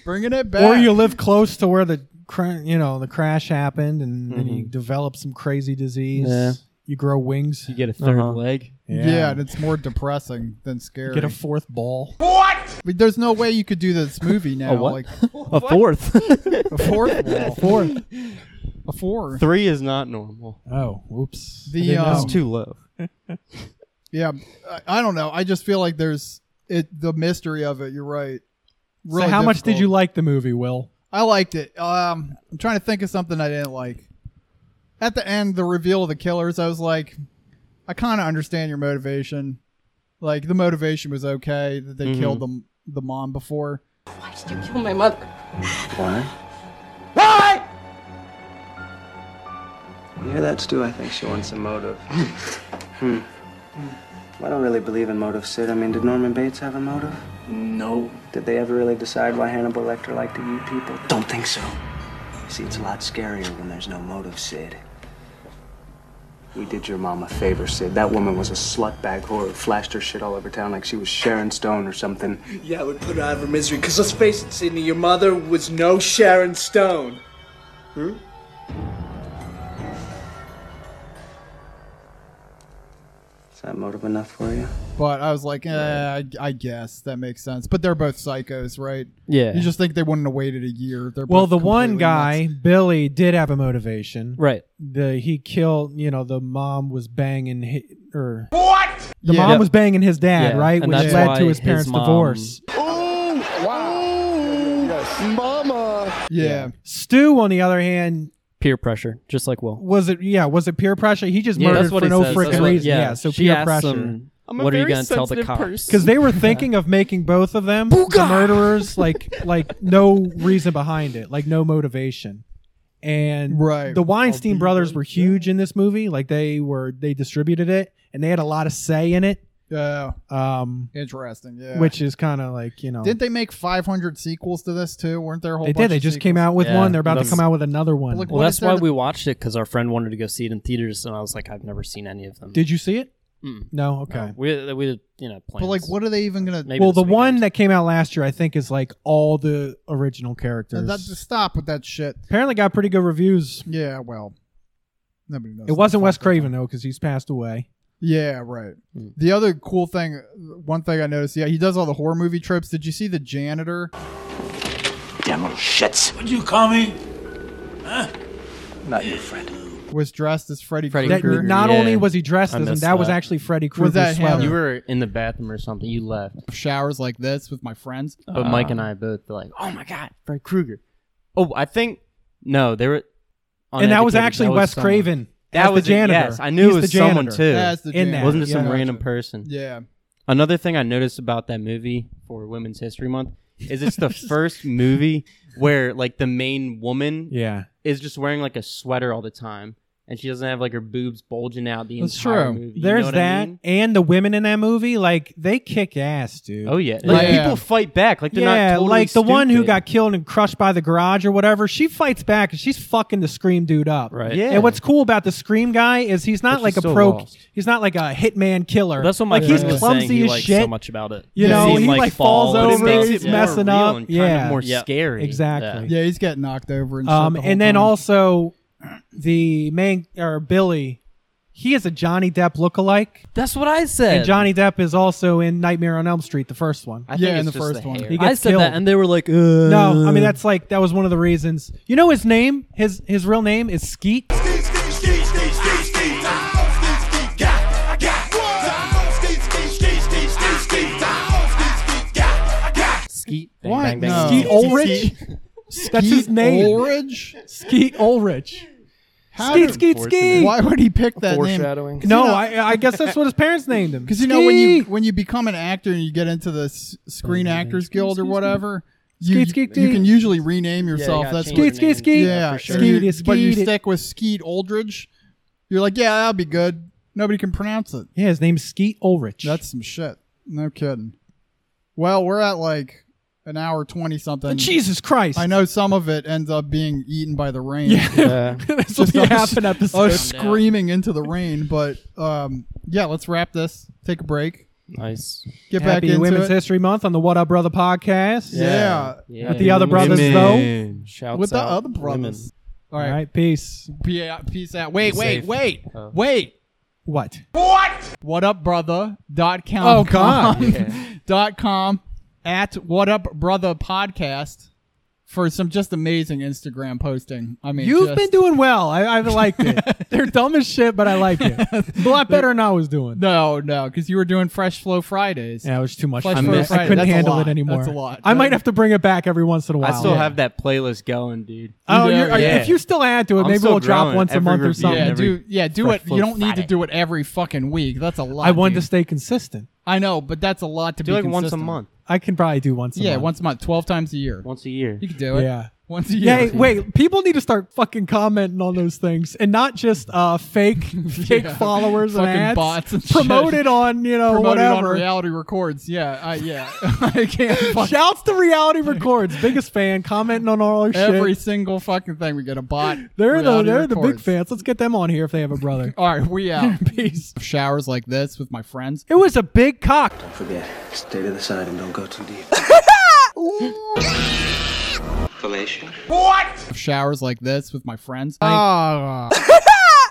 S2: bringing it back.
S3: or you live close to where the cra- you know the crash happened and then
S2: Mm-hmm.
S3: you develop some crazy disease
S4: Yeah.
S3: you grow wings you
S4: get a 3rd leg.
S2: Yeah. and it's more depressing than scary.
S3: get a fourth ball
S2: What? But there's no way you could do this movie now.
S4: what?
S2: Like
S4: A fourth.
S2: a fourth, wall.
S3: Fourth.
S2: a four.
S4: Three is not normal.
S3: oh whoops
S2: The
S4: That's
S2: um,
S4: too low.
S2: yeah, I, I don't know. I just feel like there's it. The mystery of it. You're right. Really
S3: so how much did
S2: difficult.
S3: you like the movie will
S2: I liked it. Um, I'm trying to think of something I didn't like. At the end, the reveal of the killers, I was like, I kind of understand your motivation. Like the motivation was okay that they
S3: Mm-hmm.
S4: Mhm.
S2: killed the the mom before.
S11: Why did you kill my mother?
S15: Why?
S11: Why?
S15: You hear that, Stu? I think she wants a motive. hmm. I don't really believe in motive, Sid. I mean, did Norman Bates have a motive? No. Did they ever really decide why Hannibal Lecter liked to eat people? Don't think so. See, it's a lot scarier when there's no motive, Sid. We did your mom a favor, Sid. That woman was a slutbag whore who flashed her shit all over town like she was Sharon Stone or something.
S17: Yeah, it would put her out of her misery. Because let's face it, Sydney, your mother was no Sharon Stone. Hmm?
S15: Is that motive enough for you?
S2: But I was like, eh, I, I guess that makes sense. But they're both psychos, right?
S6: Yeah.
S2: You just think they wouldn't have waited a year. They're
S3: well
S2: both
S3: the one
S2: completely
S3: guy billy did have a motivation
S6: Right.
S3: the he killed you know the mom was banging hi or
S17: What?
S3: the
S2: Yeah.
S3: mom was banging his dad
S6: Yeah,
S3: right
S6: and
S3: which
S6: that's
S3: led
S6: why
S3: to his
S6: his
S3: parents
S6: mom-
S3: divorce
S2: Mama. Yeah.
S3: stu on the other hand
S6: Peer pressure, just like Will.
S3: was it yeah was it peer pressure he just murdered
S6: that's what
S3: for
S6: he
S3: no
S6: says. That's
S3: freaking
S6: what-
S3: reason yeah, so
S6: she
S3: peer
S6: asked
S3: pressure
S6: him,
S4: I'm a
S6: what are you
S4: very
S6: going to tell the
S4: sensitive
S6: cops?
S4: person.
S3: because they were thinking of making both of them the murderers like like no reason behind it like no motivation and
S2: Right.
S3: the weinstein brothers were huge in this movie like they were they distributed it and they had a lot of say in it
S2: Yeah.
S3: um
S2: Interesting. Yeah.
S3: which is kind of like you know
S2: Didn't they make 500 sequels to this too? Weren't there a
S3: Oh.
S2: whole?
S3: they
S2: bunch
S3: did they
S2: of
S3: just
S2: sequels?
S3: came out with
S6: Yeah,
S3: one they're about to
S6: that's-
S3: come out with another one
S2: Look-
S6: Well,
S2: What
S6: that's
S2: is there
S6: why
S2: to-
S6: we watched it because our friend wanted to go see it in theaters, and I was like, I've never seen any of them.
S3: did you see it
S5: Mm.
S3: No, okay.
S5: We we you know plans.
S2: But like, what are they even gonna?
S3: well, the one that came out last year, I think, is like all the original
S2: Uh,
S3: characters.
S2: that, stop with that shit.
S3: Apparently, got pretty good reviews.
S2: Yeah, well, nobody knows.
S3: It wasn't Wes Craven though, because he's passed away.
S2: Yeah, right.
S5: Hmm.
S2: The other cool thing, one thing I noticed, yeah, he does all the horror movie trips. Did you see the janitor?
S18: Damn little shits.
S12: Would you call me? Huh?
S18: Not your friend.
S2: Was dressed as Freddy,
S4: Freddy
S2: Krueger.
S4: Krueger,
S3: not
S4: yeah.
S3: only was he dressed
S4: I
S3: as him,
S4: missed
S3: that was actually Freddy
S2: Was
S3: Krueger's
S2: that
S3: sweater.
S4: You were in the bathroom or something. You left,
S2: showers like this with my friends.
S4: but Mike and I both were like, "Oh my god, Freddy Krueger!" Oh, I think no, they were.
S3: And that was
S4: uneducated.
S3: actually
S4: That was
S3: Wes
S4: someone.
S3: Craven
S4: That
S3: as the
S4: was it,
S3: janitor.
S4: Yes, I knew
S3: He's
S4: it was
S3: the
S4: someone
S3: janitor.
S4: too.
S2: That's the
S3: In that,
S2: janitor.
S4: Wasn't it some
S2: yeah.
S4: random person?
S2: Yeah.
S4: Another thing I noticed about that movie for Women's History Month is it's the first movie where like the main woman
S3: Yeah.
S4: is just wearing like a sweater all the time and she doesn't have like her boobs bulging out the
S3: That's
S4: entire
S3: true.
S4: movie. You know
S3: There's
S4: what I
S3: that,
S4: mean?
S3: and the women in that movie, like they kick ass, dude.
S4: Oh yeah. Like
S3: Yeah.
S4: people fight back. Like they're
S3: yeah,
S4: not totally
S3: like the one who
S4: stupid.
S3: got killed and crushed by the garage or whatever, she fights back and she's fucking the scream dude up.
S4: Right. Yeah.
S3: And what's cool about the scream guy is he's not
S4: But
S3: like
S4: she's
S3: a
S4: still
S3: pro.
S4: lost.
S3: He's not like a hitman killer.
S5: Well, that's what my
S3: like, he's
S5: friend was
S3: clumsy
S5: saying. He
S3: as
S5: likes
S3: shit.
S5: so much about it.
S3: You
S5: It
S3: know,
S5: seemed
S3: he
S5: like
S3: like falls
S5: fall, but it
S3: over,
S5: makes
S3: he's
S5: it more
S3: messing
S4: real
S3: up.
S4: and kind of
S3: yeah,
S4: more Yeah. scary.
S3: Exactly.
S2: Yeah, he's getting knocked over and
S3: Um,
S2: shit.
S3: and then also the main or Billy, he is a Johnny Depp lookalike.
S5: That's what I said.
S3: And Johnny Depp is also in Nightmare on Elm Street, the first one.
S4: I
S2: Yeah,
S4: think
S2: in
S4: it's
S2: the
S4: just
S2: first one.
S4: hair.
S3: He
S5: I
S3: gets
S5: said
S3: killed.
S5: that, and they were like, uh,
S3: No, I mean that's like that was one of the reasons. You know his name? His his real name is Skeet.
S5: skeet. Bang,
S2: What?
S5: Bang, bang,
S2: No.
S3: Skeet Ulrich. That's his
S2: Oh. Skeet
S3: name.
S2: Ulrich?
S3: Skeet Ulrich.
S2: How
S3: Skeet
S2: did-
S3: Skeet Skeet.
S2: Why would he pick that
S5: Foreshadowing.
S2: name? 'Cause,
S3: No,
S2: you know-
S3: I I guess that's what his parents named him.
S2: Because you know when you
S3: Skeet. Oh,
S2: when you become an actor and you get into the S- Screen Actors Guild or whatever, you,
S3: Skeet, skeet,
S2: you
S3: skeet.
S2: can usually rename yourself.
S5: gotta
S2: That's
S5: change
S2: what-
S3: Skeet Skeet Skeet.
S2: yeah.
S5: for sure.
S2: so you-
S3: Skeet,
S2: but you
S3: skeet.
S2: stick with Skeet Aldridge. You're like, yeah, that'll be good. Nobody can pronounce it.
S3: Yeah, his name's Skeet Ulrich.
S2: That's some shit. No kidding. Well, we're at like an hour twenty something.
S3: Jesus Christ.
S2: I know some of it ends up being eaten by the rain.
S3: Yeah. this will
S2: Just
S3: be
S2: us-
S3: half an episode.
S2: us screaming into the rain. But um, yeah, let's wrap this. Take a break.
S5: Nice.
S2: Get back
S3: Happy
S2: into
S3: Women's
S2: it.
S3: History Month on the What Up Brother podcast.
S2: Yeah.
S5: Yeah.
S3: At the other brothers though.
S5: Shouts
S2: With the
S5: out
S2: other
S5: women.
S2: brothers.
S3: All right, peace.
S2: Peace out. Peace out. Wait,
S5: Be
S2: wait,
S5: safe.
S2: wait,
S5: Oh.
S2: wait.
S3: What?
S2: What up, brother? Dot com.
S3: Oh, God.
S2: dot com at what up, brother podcast for some just amazing Instagram posting. I mean,
S3: You've
S2: just-
S3: been doing well. I, I've liked it. They're dumb as shit, but I like it. A lot better than I was doing.
S2: no, no, because you were doing Fresh Flow Fridays.
S3: Yeah, it was too much.
S2: Flush
S3: I,
S2: for
S3: missed-
S2: Friday.
S3: I couldn't
S2: That's a
S3: handle
S2: lot.
S3: it anymore.
S2: That's a lot.
S3: I might
S2: That-
S3: have to bring it back every once in a while.
S4: I still
S3: Yeah.
S4: have that playlist going, dude.
S3: Oh,
S2: You
S3: you're,
S2: do?
S3: are you-
S4: Yeah.
S3: if you still add to it,
S4: I'm
S3: maybe
S4: still
S3: we'll drop
S4: growing.
S3: once a
S4: Every
S3: month or
S4: review,
S3: something.
S2: Yeah,
S4: every
S2: do yeah, do
S4: Fresh
S2: it.
S4: Flow
S2: You don't need to
S4: Friday.
S2: do it every fucking week. That's a lot.
S3: I wanted
S2: dude.
S3: to stay consistent.
S2: I know, but that's a lot to
S4: Do
S2: be
S4: like once a
S2: consistent.
S4: month,
S3: I can probably do once. A
S2: Yeah,
S3: month.
S2: once a month, twelve times a year.
S4: once a year.
S2: You can do it.
S3: Yeah.
S2: once a year.
S3: Yeah, hey, wait. People need to start fucking commenting on those things and not just uh, fake fake
S2: Yeah.
S3: followers and
S2: Fucking
S3: ads.
S2: bots and shit.
S3: promote it on you know
S2: promoted on
S3: whatever.
S2: reality records. Yeah, I, yeah. I can't. fuck-
S3: Shouts to Reality Records, biggest fan, commenting on all our
S2: every
S3: shit.
S2: single fucking thing we get a bot.
S3: They're the
S2: Reality
S3: they're the big
S2: Records.
S3: fans. Let's get them on here if they have a brother.
S2: All right, we out.
S3: Peace.
S2: Showers like this with my friends.
S3: It was a big cock.
S15: Don't forget, stay to the side and don't go too deep.
S7: Fellatio.
S2: Showers like this with my friends. Ah.